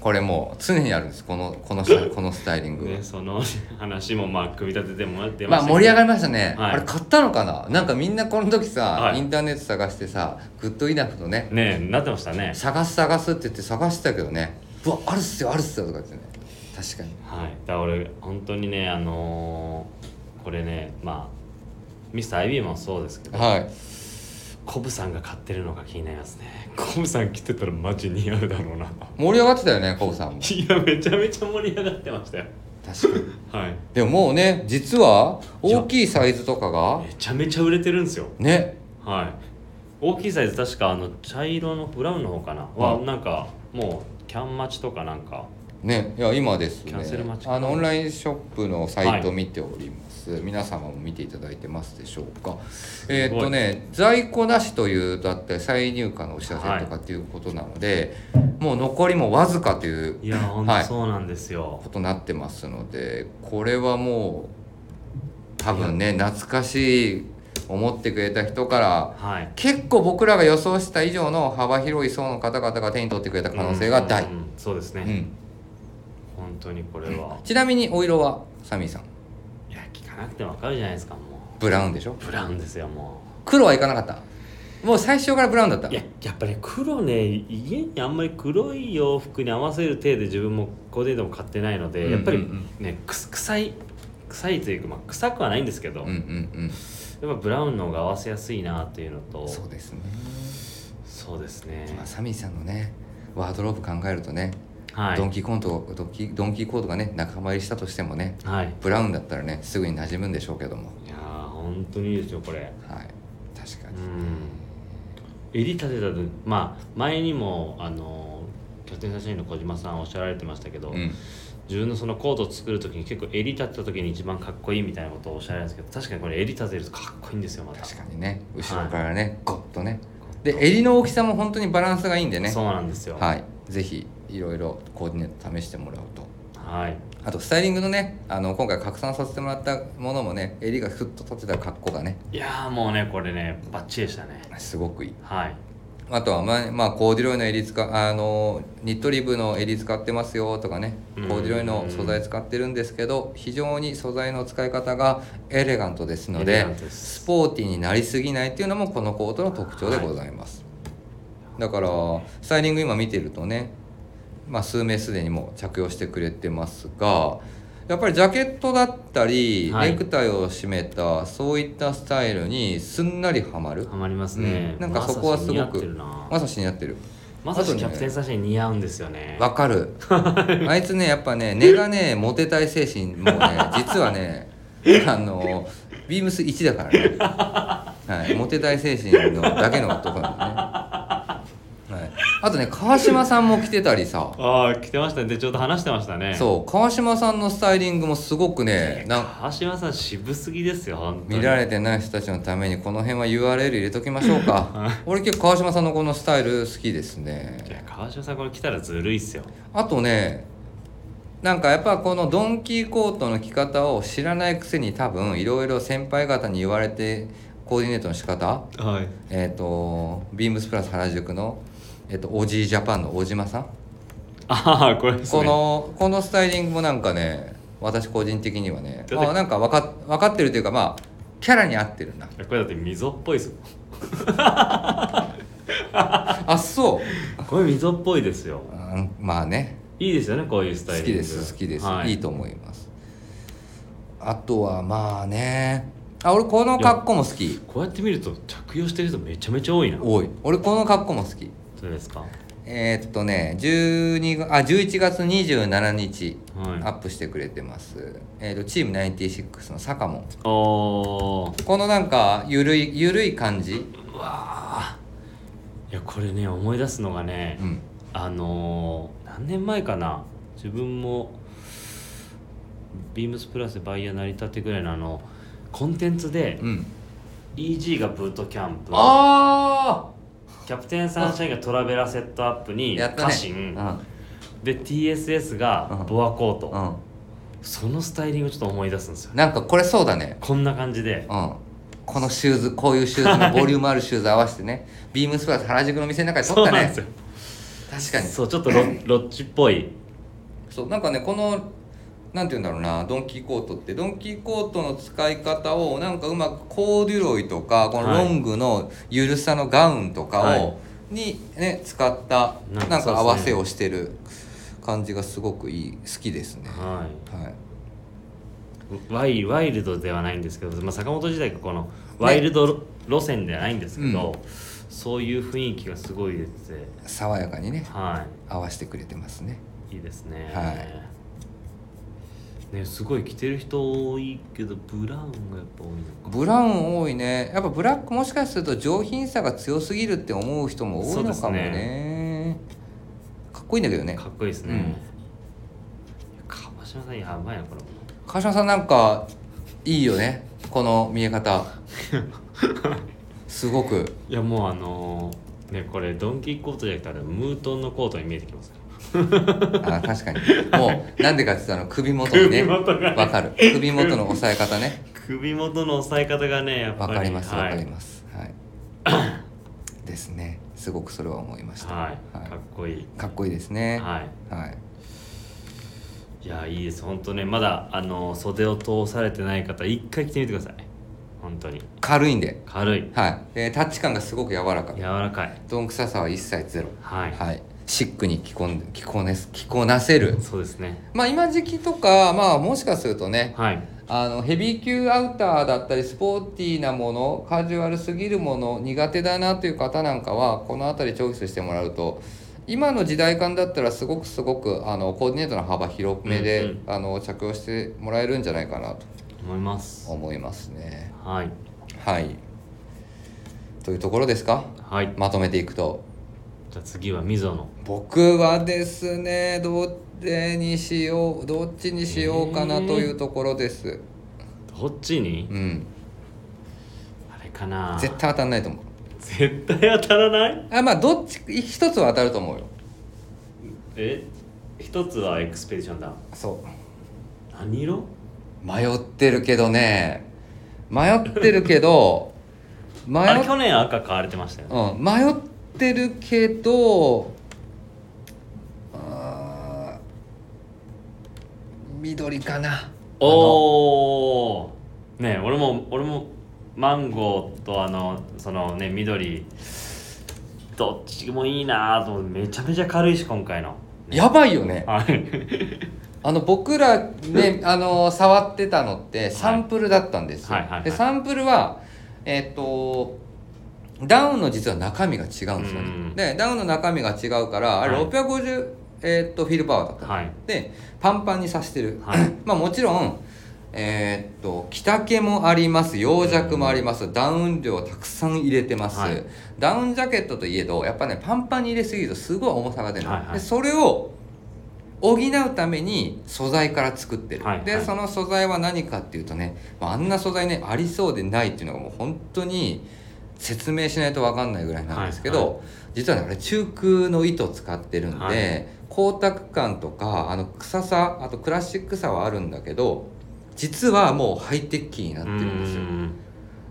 これもう常にあるんですこのこのス タこのスタイリング、
ね、その話もまあ組み立ててもらって
まあ盛り上が
り
りましたね、
はい
あれ買ったのかななんかみんなこの時さ、
はい
インターネット探してさグッドイナフのね
ねえなってましたね
探す探すって言って探してたけどねうわあるっすよあるっすよとか言ってね確かに
はいだから俺本当にねあのーこれねまあミスター IB もそうですけど
はい
コブさんが買ってるのが気になりますねコブさん着てたらマジ似合うだろうな
盛り上がってたよねコブさんも
いやめちゃめちゃ盛り上がってましたよ
確かに
はい
でももうね実は大きいサイズとかが
めちゃめちゃ売れてるんですよ
ね
はい大きいサイズ確かあの茶色のブラウンの方かな、はなんかもうキャン待ちとかなんか
ねいや今ですね
キャンセル待ち
あのオンラインショップのサイトを見ております、皆様も見ていただいてますでしょうかえーっとね在庫なしというだって再入荷のお知らせとかっていうことなので、もう残りもわずかという
いやほん
はい
とそうなんですよ、
ことになってますのでこれはもう多分ね懐かしい思ってくれた人から
はい
結構僕らが予想した以上の幅広い層の方々が手に取ってくれた可能性が大、
うんうんうんそうですね、
うん
本当にこれは、
ちなみにお色はサミーさん
いや聞かなくてもわかるじゃないですかも
ブラウンでしょ
うブラウンですよも
黒はいかなかったもう最初からブラウンだった
ういややっぱり黒ね家にあんまり黒い洋服に合わせる体で自分もコーディネートも買ってないので、
うんうんうん
やっぱりねくす臭い臭いというか、まあ、臭くはないんですけど、
うんうんうん
やっぱブラウンの方が合わせやすいなっていうのと
そうですね
そうですね
まあサミーさんのねワードローブ考えるとね、
は
ドン
い
キーコントドンキドンキーコードがね仲間入りしたとしてもね
はい
ブラウンだったらねすぐに馴染むんでしょうけども
いやー本当にいいですよこれ
はい確か
う
に、
ん襟立てたとまあ前にもあの拠点写真の小島さんおっしゃられてましたけど、
うん、
自分のそのコートを作る時に結構襟立てた時に一番かっこいいみたいなことをおっしゃられるんですけど確かにこれ襟立てるとかっこいいんですよまた
確かにね後ろからね、ゴッとねで
こ
襟の大きさも本当にバランスがいいんで
う
ね
そうなんですよは
はいぜひいろいろコーディネート試してもらうと
い
あとスタイリングのねあの今回拡散させてもらったものもね襟がふっと立てた格好がね
いやーもうねこれねバッチリでしたね
すごくいい
はい
あとはまあ、まあ、コーデュロイの襟使あのニットリブの襟使ってますよとかねコ
うん
ーデュロイの素材使ってるんですけど非常に素材の使い方がエレガントですの
エレ
で
ガントです
スポーティーになりすぎないっていうのもこのコートの特徴でございます、だからスタイリング今見てるとね、まあ、数名すでにもう着用してくれてますがやっぱりジャケットだったり、
はい
ネクタイを締めたそういったスタイルにすんなりはまる
ハマりますね、
うんなんかそこはすごく
まさし似合ってるな
まさしになってる
まさしキャプテン
あとね
サシャに似合うんですよね
わか るあいつねやっぱね根がねモテたい精神もう ね実はねあのビームス1だからね、はい、モテたい精神のだけの男なんでね、はい、あとね川島さんも来てたりさ
ああ来てましたねでちょうど話してましたねう
そう川島さんのスタイリングもすごくねなん
川島さん渋すぎですよ本当に
見られてない人たちのためにこの辺は URL 入れときましょうか俺結構川島さんのこのスタイル好きですね
いや川島さんこれ来たらずるいっすよ
あとねなんかやっぱこのドンキーコートの着方を知らないくせに多分いろいろ先輩方に言われてコーディネートの仕方
はい
えっ、とビームスプラス原宿のえっ、とオージージャパンの大島さん、
ああこれです
こ
ね
のこのスタイリングもなんかね私個人的にはね
だって
あなんか分かっ分かってるというかまあキャラに合ってるない
やこれだって溝っぽいっすも
あそ
んこれ溝っぽいですよ
う、うん、まあね
いいですよねこういうスタイ
好
リ
き
ング
です好きです、、
はい
いと思いますあとはまあねあ俺この格好も好き
こうやって見ると着用してる人めちゃめちゃ多いなど
多い俺この格好も好き
うですかは
えーっとね12があ11月27日ア
い
ップしてくれてます、えーっとチーム96の坂も
あおー
このなんかゆるいゆるい感じ
うわーいやこれね思い出すのがね、
うん
あのー何年前かな自分もビームスプラスでバイヤー成り立てぐらいのあのコンテンツで
うん
EG がブートキャンプ
あ
キャプテンサンシャインがトラベラセットアップ
あ
に
やった
家
ね
臣、
うん
で TSS がボアコート、
うん、
そのスタイリングをちょっと思い出すんですよ
なんかこれそうだね
こんな感じで
うんこのシューズこういうシューズのボリュームあるシューズ合わせてね ビームスプラス原宿の店の中で撮
そ
っ
う
た
なん
ね
ですよ
確かに
そうちょっとロロッチっぽい
そうなんかねこのなんて言うんだろうなドンキーコートってドンキーコートの使い方をなんかうまくコーデュロイとかこの
は
ロ
い
ングのゆるさのガウンとかを、
はい
にね使った
なんかそうですね
なんか合わせをしてる感じがすごくいい好きですね。は
はい
い
ワイワイルドではないんですけど、まあ、坂本時代がこのワイルド路路線ではないんですけど、そういう雰囲気がすごい出て
爽やかにね
ては
合わせてくれてますね。
いいいですね
は
ねすごい着てる人多いけどブラウンがやっぱ多いのか
ブラウン多いねやっぱブラックもしかすると上品さが強すぎるって思う人も多いのかもね
そうです
かっこいいんだけどね
かっこいいですね、いや川島さんやばいなこれ
川島さんなんかいいよねこの見え方すごく
いやもうあのーねこれドンキーコートじゃなくてあれムートンのコートに見えてきますね
あ確かにもうなんでかって言ったら首元にね
首元が
わかる首元の押さえ方ね
首元の押さえ方がねやっぱ
わ
り
かりますわかり
ま
ますはい、ですねすごくそれは思いました、
はい、
は
かっ
い
こいい
かっこいいですねは、
はいい、いやいいです本当ねまだあの袖を通されてない方一回着てみてください本当に
軽いんで
軽い
はいでタッチ感がすごく柔らか
柔らかい
どんくささは一切ゼロ
はい、
はいシックに着こんで着こねす着こなせる
そうですね
まあ今時期とかまあもしかするとね
はい
あのヘビー級アウターだったりスポーティーなものカジュアルすぎるもの苦手だなという方なんかはこの辺りチョイスしてもらうと今の時代感だったらすごくすごくあのコーディネートの幅広めで、
うん
あの着用してもらえるんじゃないかなと
思います
思いますね。
はい
はいというところですか
はい
まとめていくと
じゃあ次は溝の
僕はですねどれにしようどっちにしようかなというところです。
どっちに、
うん
あれかな
絶対当たんないと思う。
絶対当たらない
あまあどっち一つは当たると思うよ
え一つはエクスペディションだ
そ
何色
う迷ってるけどね迷ってるけど 迷
あれ
っ,、
去年赤買われてましたよね
うん、迷ってるけどあー緑かな
おおねえ俺も俺もマンゴーとあのそのね緑どっちもいいなーと思ってめちゃめちゃ軽いし今回の、ね
やばいよね
はい
あの僕らねあの触ってたのってサンプルだったんですよ、
はいはいはいはい
でサンプルはえっ、とダウンの実は中身が違うんですよね、
うん
でダウンの中身が違うからあれ
はい
650、えっとフィルパワーだったの、
はい
でパンパンにさしてる、
はい
まあもちろんえっと着丈もあります洋弱もあります、ダウン量たくさん入れてます、
はい
ダウンジャケットといえどやっぱねパンパンに入れすぎるとすごい重さが出る、
はいはい
でそれを補うために素材から作ってる、
はいは
で
い
その素材は何かっていうとねまああんな素材ねありそうでないっていうのがもう本当に説明しないと分かんないぐらいなんですけど、
はい
実はねあれ中空の糸を使ってるんで、
はい
光沢感とかあの臭さあとクラシックさはあるんだけど実はもうハイテッキーになってるんですよ。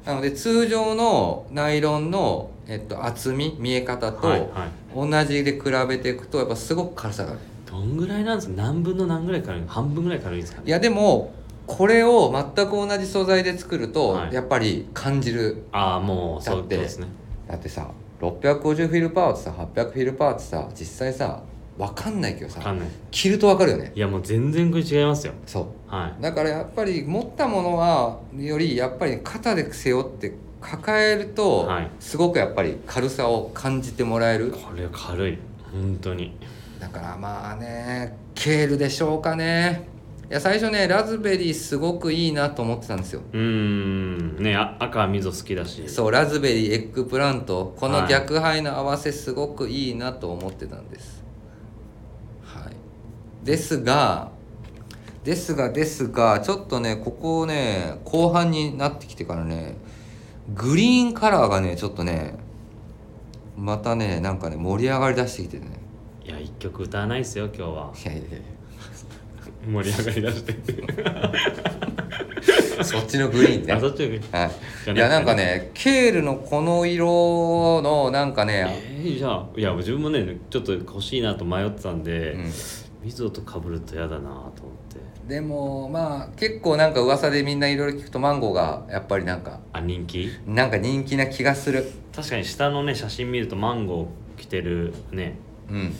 なので通常のナイロンの、えっと、厚み見え方
うーんはい
と
はい
同じで比べていくとやっぱすごく軽さがある
どんぐらいなんですか何分の何ぐらい軽い半分ぐらい軽いんですか
いやでもこれを全く同じ素材で作ると、
はい
やっぱり感じる
ああもうそ
だ
うそう
って
ですね
だってさ650フィルパワーとさ800フィルパワーってさ実際さ分かんないけど
わか
さ
んない
着ると分かるよね
いやもう全然これ違いますよ
そう
はい
だからやっぱり持ったものはよりやっぱり肩で背負って抱えると、
はい
すごくやっぱり軽さを感じてもらえる
これ軽い本当に
だからまあねケールでしょうかねいや最初ねラズベリーすごくいいなと思ってたんですよ
うーんねあ赤溝好きだし
そうラズベリーエッグプラントこ
は
の
い
逆配の合わせすごくいいなと思ってたんですはいですがですがですがちょっとねここね後半になってきてからねグリーンカラーがねちょっとねまたねなんかね盛り上がりだしてきてね
いや一曲歌わないですよ今日はい
やいやいや
盛り上がりだして
そっちのグリーンね
あそっちのグリーン
はい、いやなんかねケールのこの色のなんかね、
えー、じゃあいや自分もねちょっと欲しいなと迷ってたんで、
うん
水とかぶると嫌だなと思って
でもまあ結構なんか噂でみんないろいろ聞くとマンゴーがやっぱりなんか
あ人気
なんか人気な気がする
確かに下のね写真見るとマンゴー着てるね
うん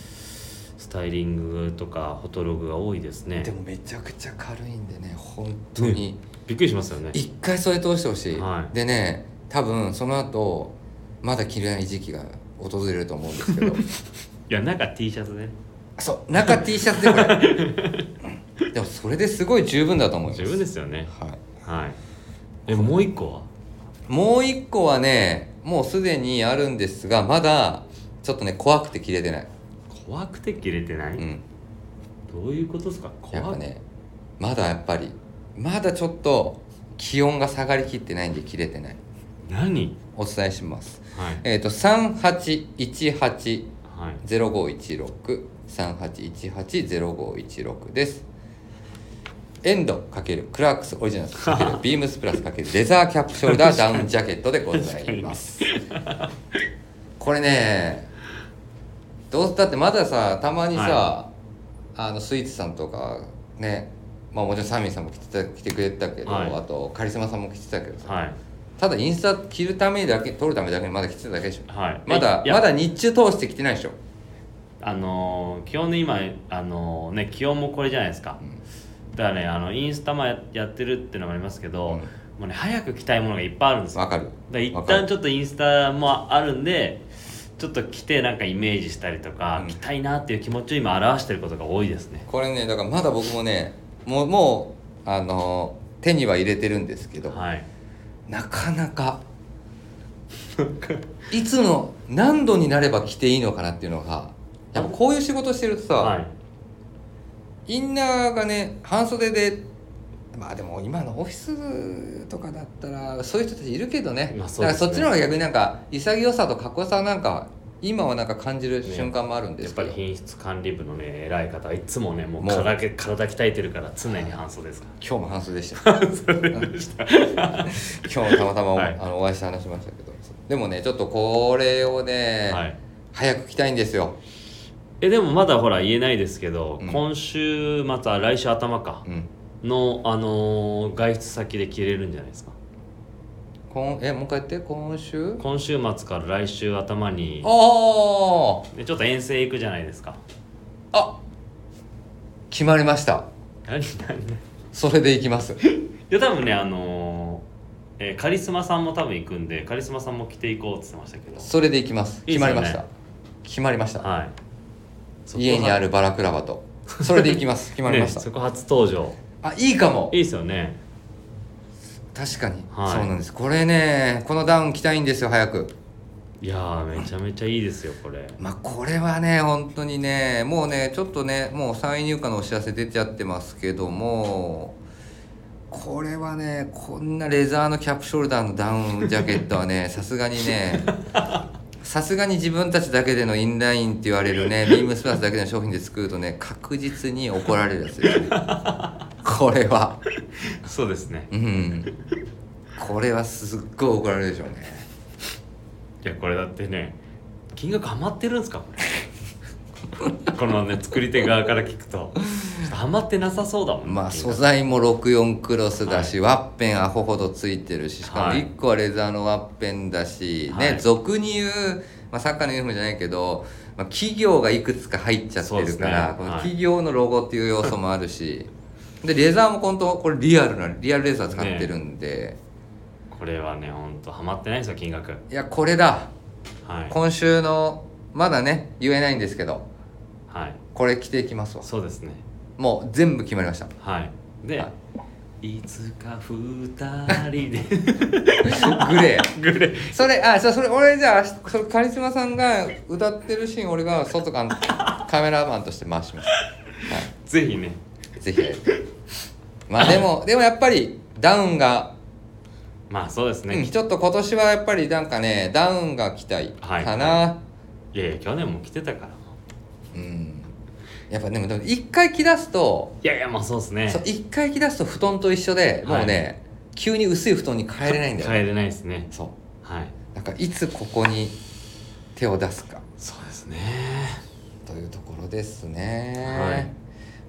スタイリングとかフォトログが多いですね
でもめちゃくちゃ軽いんでね本当に
びっくりしますよね
一回それ通してほしい、
はい
でね多分その後まだ着れない時期が訪れると思うんですけ ど
いやなんか T シャツね
そう中 T シャツでこれ うんでもそれですごい十分だと思います
十分ですよね
はい
はいえもう一個は
もう一個はねもうすでにあるんですがまだちょっとね怖くて着れてない、
怖くて切れてない、
うん、
どういうことですか
やっ
怖
ぱ
く
ねまだやっぱりまだちょっと気温が下がりきってないんで着れてない
何
お伝えします
はい
えっ、ー、と3818
はい
0516 3818-0516ですエンド×クラークスオリジナル×ビームスプラス×レザーキャップショルダーダウンジャケットでございますこれねどうだってまださたまにさ、
は
あのスイーツさんとかねまあもちろんサミーさんも来てた来てくれてたけど、
はい
あとカリスマさんも来てたけどさ、
はい
ただインスタ着るためだけ撮るためだけにまだ着てただけでしょ
はい
まだ
えいや
まだ日中通して着てないでしょ
あのー、基本ね今あのーね気温もこれじゃないですか、だからねあのインスタもややってるっていうのもありますけど、
うん
もうね早く着たいものがいっぱいあるんですよ
わかる
だから一
わか
旦
る
ちょっとインスタもあるんでちょっと着てなんかイメージしたりとか、
うん
着たいなっていう気持ちを今表してることが多いですね
これねだからまだ僕もねもうもうあの手には入れてるんですけど、
はい
なかなかいつの何度になれば着ていいのかなっていうのがやっぱこういう仕事してるとさ、
はい
インナーがね半袖でまあでも今のオフィスとかだったらそういう人たちいるけどね,、
まあそうです
だ
ね
からそっちの方が逆になんか潔さとかっこよさなんか今はなんか感じる瞬間もあるんで
やっ
す
ぱ
けど、
り品質管理部のね偉い方はいつもねもう
もう
体け体鍛えてるから常に半袖ですか
今日も半袖でした。 今日もたまたまお,、
はい
あのお会いして話しましたけど、でもねちょっとこれをね、
ら、はい
早く着たいんですよ。
えでもまだほら言えないですけど、
うん
今週また来週頭か
うん。
の、あのー外出先で着れるんじゃないですか
今えもう一回言って今週？
今週末から来週頭に
ああ
でちょっと遠征行くじゃないですか
あ決まりました。
何何い
それで行きます。
や多分ねあのーえーカリスマさんも多分行くんでカリスマさんも着ていこうって言ってましたけど
それで行きます。
いい
決
っすよ
ま
ね
りました。決まりました。
はいそこは
家にあるバラクラバとそれで行きます。決まり ました。
ね、そこ初登場
あいいかも
い。いですよね
確かに、
はい
そうなんです。これねこのダウン着たいんですよ早く。
いやーめちゃめちゃいいですよこれ
まあこれはね本当にねもうねちょっとねもう3位入荷のお知らせ出ちゃってますけどもこれはねこんなレザーのキャップショルダーのダウンジャケットはね さすがにねさすがに自分たちだけでのインラインって言われるねビームスプラスだけの商品で作るとね確実に怒られるやつですねこれは
そうですね
うんこれはすっごい怒られるでしょうね
いやこれだってね金額ハマってるんですかこれ このね作り手側から聞くとちょっとハマってなさそうだもんね
まあ
金
素
額
材も64クロスだし、ワッペンアホほどついてるししかも
はい
1個はレザーのワッペンだし、
は
ね
い
俗に言う、まあ、サッカーのユニフォームじゃないけど、まあ、企業がいくつか入っちゃってるから、
そうですね
この
はい
企業のロゴっていう要素もあるしでレザーも本当これリアルなリアルレザー使ってるんで、
これはねほんとハマってないんですよ金額はい
やこれだ
い、
今週のまだね言えないんですけど
はい、
これ着ていきますわ
そうですね
もう全部決まりました
はいで、、
はい
つか二人で
グレー
ぐらい
それあそうそれ俺じゃあそれカリスマさんが歌ってるシーン俺が外から カメラマンとして回します、は
ぜひね
い、ぜひやりたいまあでもでもやっぱりダウンが、
まあそうですね、
うんちょっと今年はやっぱりなんかねダウンが来たい
はい
かな、
いやいや去年も来てたから
うんやっぱでもでも一回着出すと
いやいやまあそうですね
そう一回着出すと布団と一緒でもうね、急に薄い布団に変えれないんだよ、
変えれないですね
そう
はい
なんかいつここに手を出すか
そうですね
というところですね。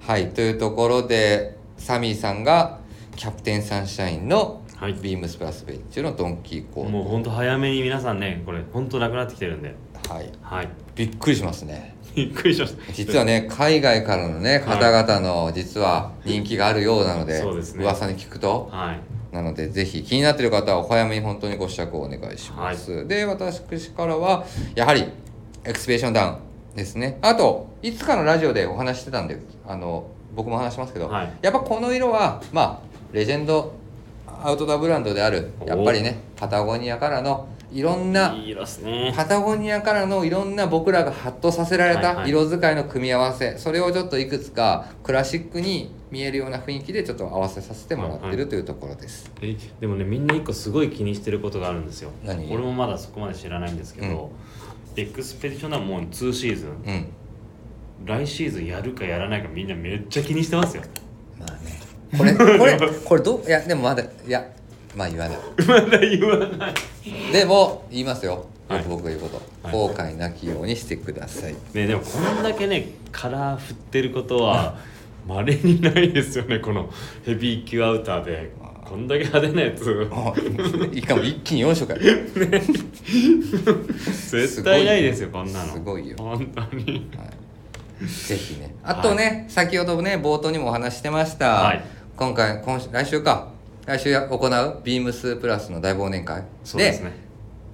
はい、というところでサミーさんがキャプテンサンシャインの
はい
ビームスプラスベッチのドンキーコー
もうほんと早めに皆さんねこれほんとなくなってきてるんで
ト、はい、
はい
びっくりしますね。
びっくりしました
実はね海外からのね
はい
方々の実は人気があるようなので,、
そうですね
噂に聞くと
はい
なのでぜひ気になっている方はお早めに本当にご試着をお願いします、で私からはやはりエクスペーションダウンですねあといつかのラジオでお話ししてたんであの僕も話しますけど、
はい
やっぱこの色はまあレジェンドアウトドアブランドである
お
やっぱりねパタゴニアからのいろんない
い色ですね
パタゴニアからのいろんな僕らがハッとさせられ
はい
た
はい
色使いの組み合わせ、それをちょっといくつかクラシックに見えるような雰囲気でちょっと合わせさせてもらって
はいは
るというところです。
えでもねみんな一個すごい気にしてることがあるんですよ
何
俺もまだそこまで知らないんですけど、エクスペディションはもう2シーズン
うん、
来シーズンやるかやらないかみんなめっちゃ気にしてますよ
まあね。こ れこれこれどういやでもまだいやまあ言わない。
まだ言わない
でも言いますよ。
はい
僕が言うこと、
はい
後悔なきようにしてください。
ねでもこんだけねカラー振ってることはまれにないですよねこのヘビー級アウターでこんだけ派手なやつ
もういいかも一気に4色や
絶対ないですよこんなの
すごいよ
本当に
ぜひね。あとね、先ほどね冒頭にもお話ししてました。
はい
今回今週来週か来週や行うビームスプラスの大忘年会
そうですね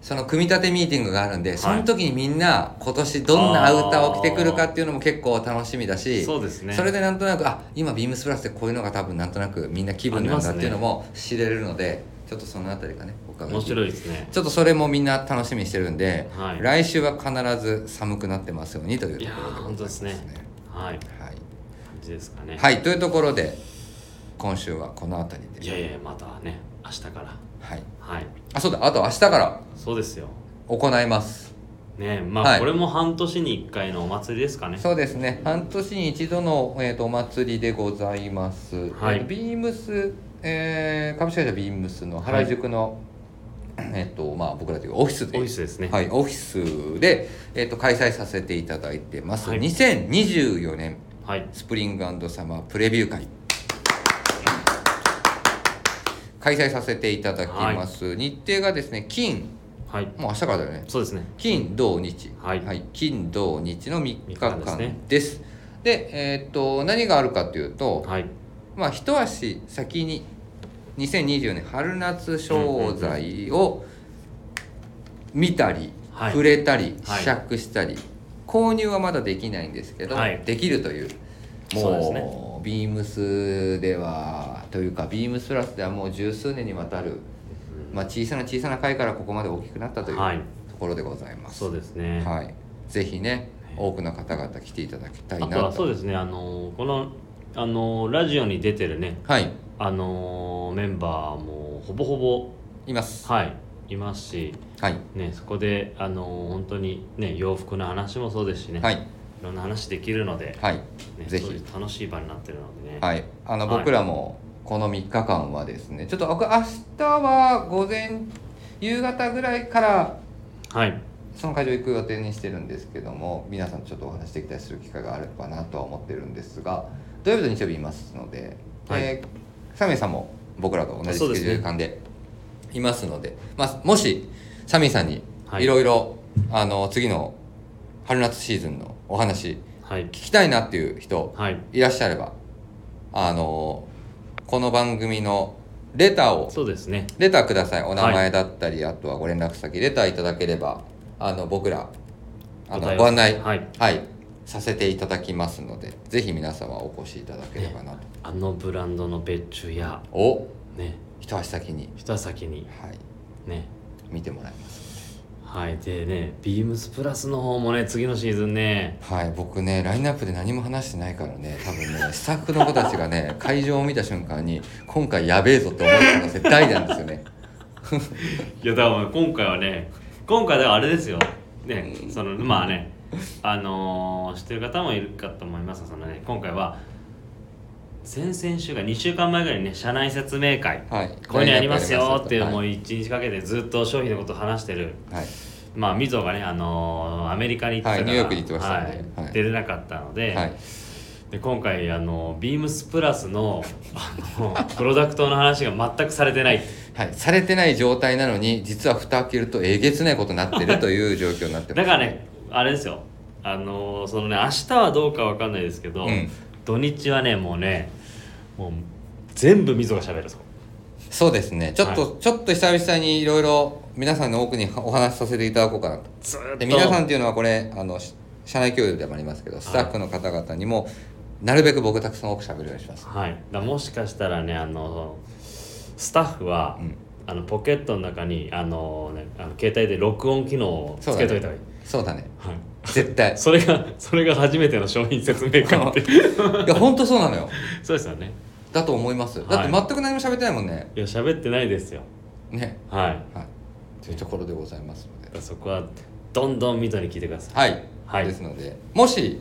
その組み立てミーティングがあるんで、
い
その時にみんな今年どんなアウターを着てくるかっていうのも結構楽しみだし
そうですね
それでなんとなくあ今ビームスプラスでこういうのが多分なんとなくみんな気分なんだっていうのも知れるので、ちょっとそのあたりがね僕は
面白いですね
ちょっとそれもみんな楽しみにしてるんで、
はい
来週は必ず寒くなってますようにという
い
と
や
ころで
ー本当ですねはい
はい
感じですかね
はい、というところで今週はこの辺り
い
で
やいやまたね明日から
はい、
はい
あそうだあと明日から
そうですよ
行います
ねまあ、
はい
これも半年に1回のお祭りですかね
そうですね半年に一度の、えー、とお祭りでございます、
はい
えーとビームス、えー株式会社ビームスの原宿の、えっ、とまあ僕らというオフィス
オ
で
フィスですね
はい、オフィスで、えー、と開催させていただいてます、
はい
2024年
はい
スプリングサマープレビュー会開催させていただきます、日程がですね金
はい
もう明日からだよね
そうですね
金土日
はい
金土日の3日間
三日
です
間ですね
でえーっと何があるかというと、
はい
まあ一足先に2020年春夏商材を見たり、
はい
触れたり、
はい
試着したり購入はまだできないんですけど、
はい
できるという
そうです
もうビームスではというかビームスプラスではもう十数年にわたる、まあ、小さな小さな会からここまで大きくなったというと
はい
ころでございます。
そ
は
うですね、
いぜひね多くの方々来ていただきたい
あ
な
とは
と。
そうですねあのーこのあのーラジオに出てるね
はい
あのーメンバーもほぼほぼ
います。
はいいますし
はい、
ねそこであのー本当にね洋服の話もそうですしね、、
はいい
ろんな話できるので、
はい
ね、
ぜひ
そういう楽しい場になってるのでね
はい、あの
はい
僕らもこの3日間はですねちょっと僕明日は午前夕方ぐらいから
はい
その会場行く予定にしてるんですけども皆さんとちょっとお話しできたりする機会があればなとは思ってるんですが土曜日と日曜日いますので、
はい
えーサミーさんも僕らと同じスケジュール感でいますのでまあ、もしサミーさんに
はい
いろいろあの次の春夏シーズンのお話
はい
聞きたいなっていう人、
はい
いらっしゃればあのこの番組のレターを
そうですね
レターくださいお名前だったり、あとはご連絡先レターいただければあの僕らあ
答
の
え
ご案内はい、
はい
させていただきますのでぜひ皆様お越しいただければなと、
あのブランドの別注や
お
ね
一足先に、
一先に
はい、
ね
見てもらいます
はいでねビームスプラスの方もね次のシーズンね
はい僕ねラインナップで何も話してないからね多分ねス タッフの子たちがね会場を見た瞬間に今回やべえぞって思ったの絶対なんですよね
いやだから今回はね今回だからあれですよねそのまあねあのー知ってる方もいるかと思いますがそのね今回は先々週が2週間前ぐらいにね社内説明会、
はい
こういうのやります
やりま
よ
した
っていう
はい
もう1日かけてずっと商品のことを話してる
はい
まあみぞがねあのーアメリカに行って
はい
たから、
ニューヨークに行ってましたね
はい
はい
出れなかったので,、
はい
で今回あのビームスプラスのあのプロダクトの話が全くされてない
はい、されてない状態なのに実は蓋開けるとえげつないことになってると いう状況になってま
だ
す
からねあれですよあのーそのね明日はどうかわかんないですけど、
うん
土日はねもうねもう全部みぞが喋るぞ
そうですねちょっと、ちょっと久々にいろいろ皆さんの多くにお話しさせていただこうかなと
ずーっと
で皆さんっていうのはこれあのし社内共有でもありますけどスタッフの方々にもなるべく僕たくさん多くしゃべるようにします
はい、だからもしかしたらねあのスタッフは、
うん
あのポケットの中にあの、ね、あの携帯で録音機能をつけといた方がいい
そうだね
はい
絶 対
それがそれが初めての商品説明会って
いや本当そうなのよ
そうですよね
だと思います
い
だって全く何も喋ってないもんね
いや喋ってないですよ
ね
は
はいというところでございますの
い
で
そこはどんどん見とに聞いてください
はい、
はい
ですのでもし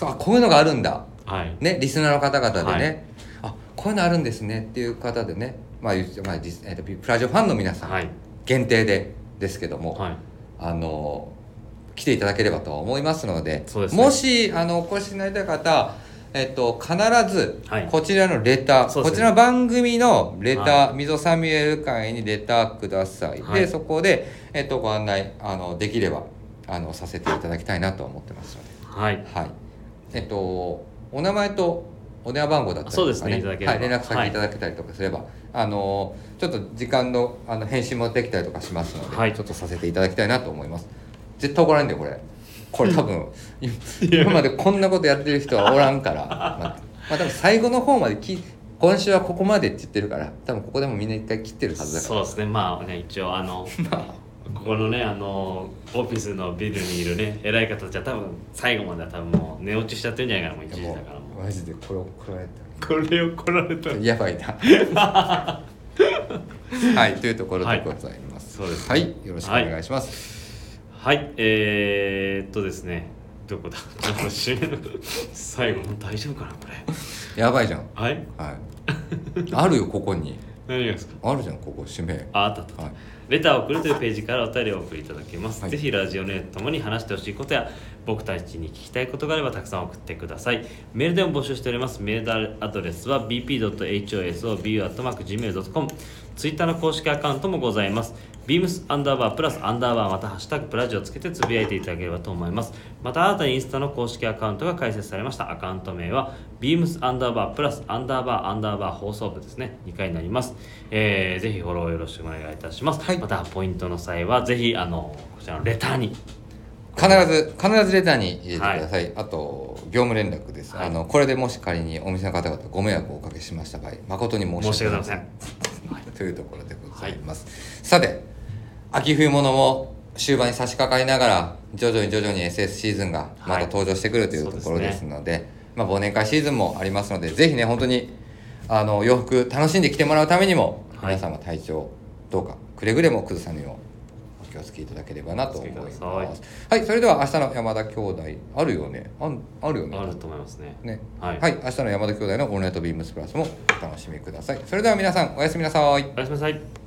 あこういうのがあるんだ
はい
ねリスナーの方々でね、あこういうのあるんですねっていう方でねまあ、言ってまあリスえっとプラジオファンの皆さん、
はい
限定でですけども、
はい
あの来ていただければと思いますので
そうですね
もしあのお越しになりたい方、えっと、必ず
はい
こちらのレター、
そうですね
こちらの番組のレター、
は
溝サミュエル会にレターください、
はい
でそこで、えっと、ご案内あのできればあのさせていただきたいなと思ってますの
はい
で、はいえっと、お名前とお電話番号だったり
そう
と
です
か、
ねいただければ
はい、連絡
は
先
い
いただけたりとかすれば、あのちょっと時間のあの返信もできたりとかしますので、
はい
ちょっとさせていただきたいなと思います絶対怒られんだよこれこれ多 分今までこんなことやってる人はおらんから、まあ、まあ多分最後の方までき今週はここまでって言ってるから多分ここでもみんな一回切ってるはずだか
そうですねまあね一応あのここのねあのオフィスのビルにいるね偉い方たちは多分最後までは多分もう寝落ちしちゃってるんじゃないかなもう1
ら
時
も
だからも
うマジでこれ怒られ
うこれ怒られた
た やばい なはいというところでございます、
はいそうですね
はい、よろしくお願いします、
はい、えー、っとですね、どこだ、 なんか締めの最後の大丈夫かな、これ。
やばいじゃん。
はい、
はい。あるよ、ここに。
何がですか。
あるじゃん、ここ、指名。
あ、あったあった。
はい。
レターを送るというページからお便りを送りいただけます、
はい
ぜひラジオネームともに話してほしいことや僕たちに聞きたいことがあればたくさん送ってくださいメールでも募集しておりますメールアドレスは bp.hosobu.gmail.com ツイッターの公式アカウントもございますビームスアンダーバープラスアンダーバーまたハッシュタグプラジをつけてつぶやいていただければと思いますまた新たにインスタの公式アカウントが開設されましたアカウント名はビームスアンダーバープラスアンダーバーアンダーバー放送部ですね2回になります、えーぜひフォローよろしくお願いいたします、
はい
またポイントの際はぜひあのこちらのレターに
必ず、必ずレターに入れてください。あと、業務連絡です。
はい
あの、これでもし仮にお店の方々ご迷惑をおかけしました場合、誠に申
申し
し
訳
訳
ござ
ないい
ません
というところでございます。さて、秋冬物も終盤に差し掛かりながら、徐々に徐々に SS シーズンがま
は
た
い
登場してくるという
そう
と
ですね
ころですので、まあ、忘年会シーズンもありますので、ぜひね、本当に、あの、洋服楽しんで着てもらうためにも、
はい
皆様体調どうか、くれぐれも崩さぬよう、お気をつけいただければなと思い
お気を
ま
つ
す。
けください
はい、それでは明日の山田兄弟、あるよねあんあるよね
あると思いますね
ね
はい、
はい、明日の山田兄弟のオールナイトビームスプラスもお楽しみください。それでは皆さん、おやすみなさい。
おやすみなさい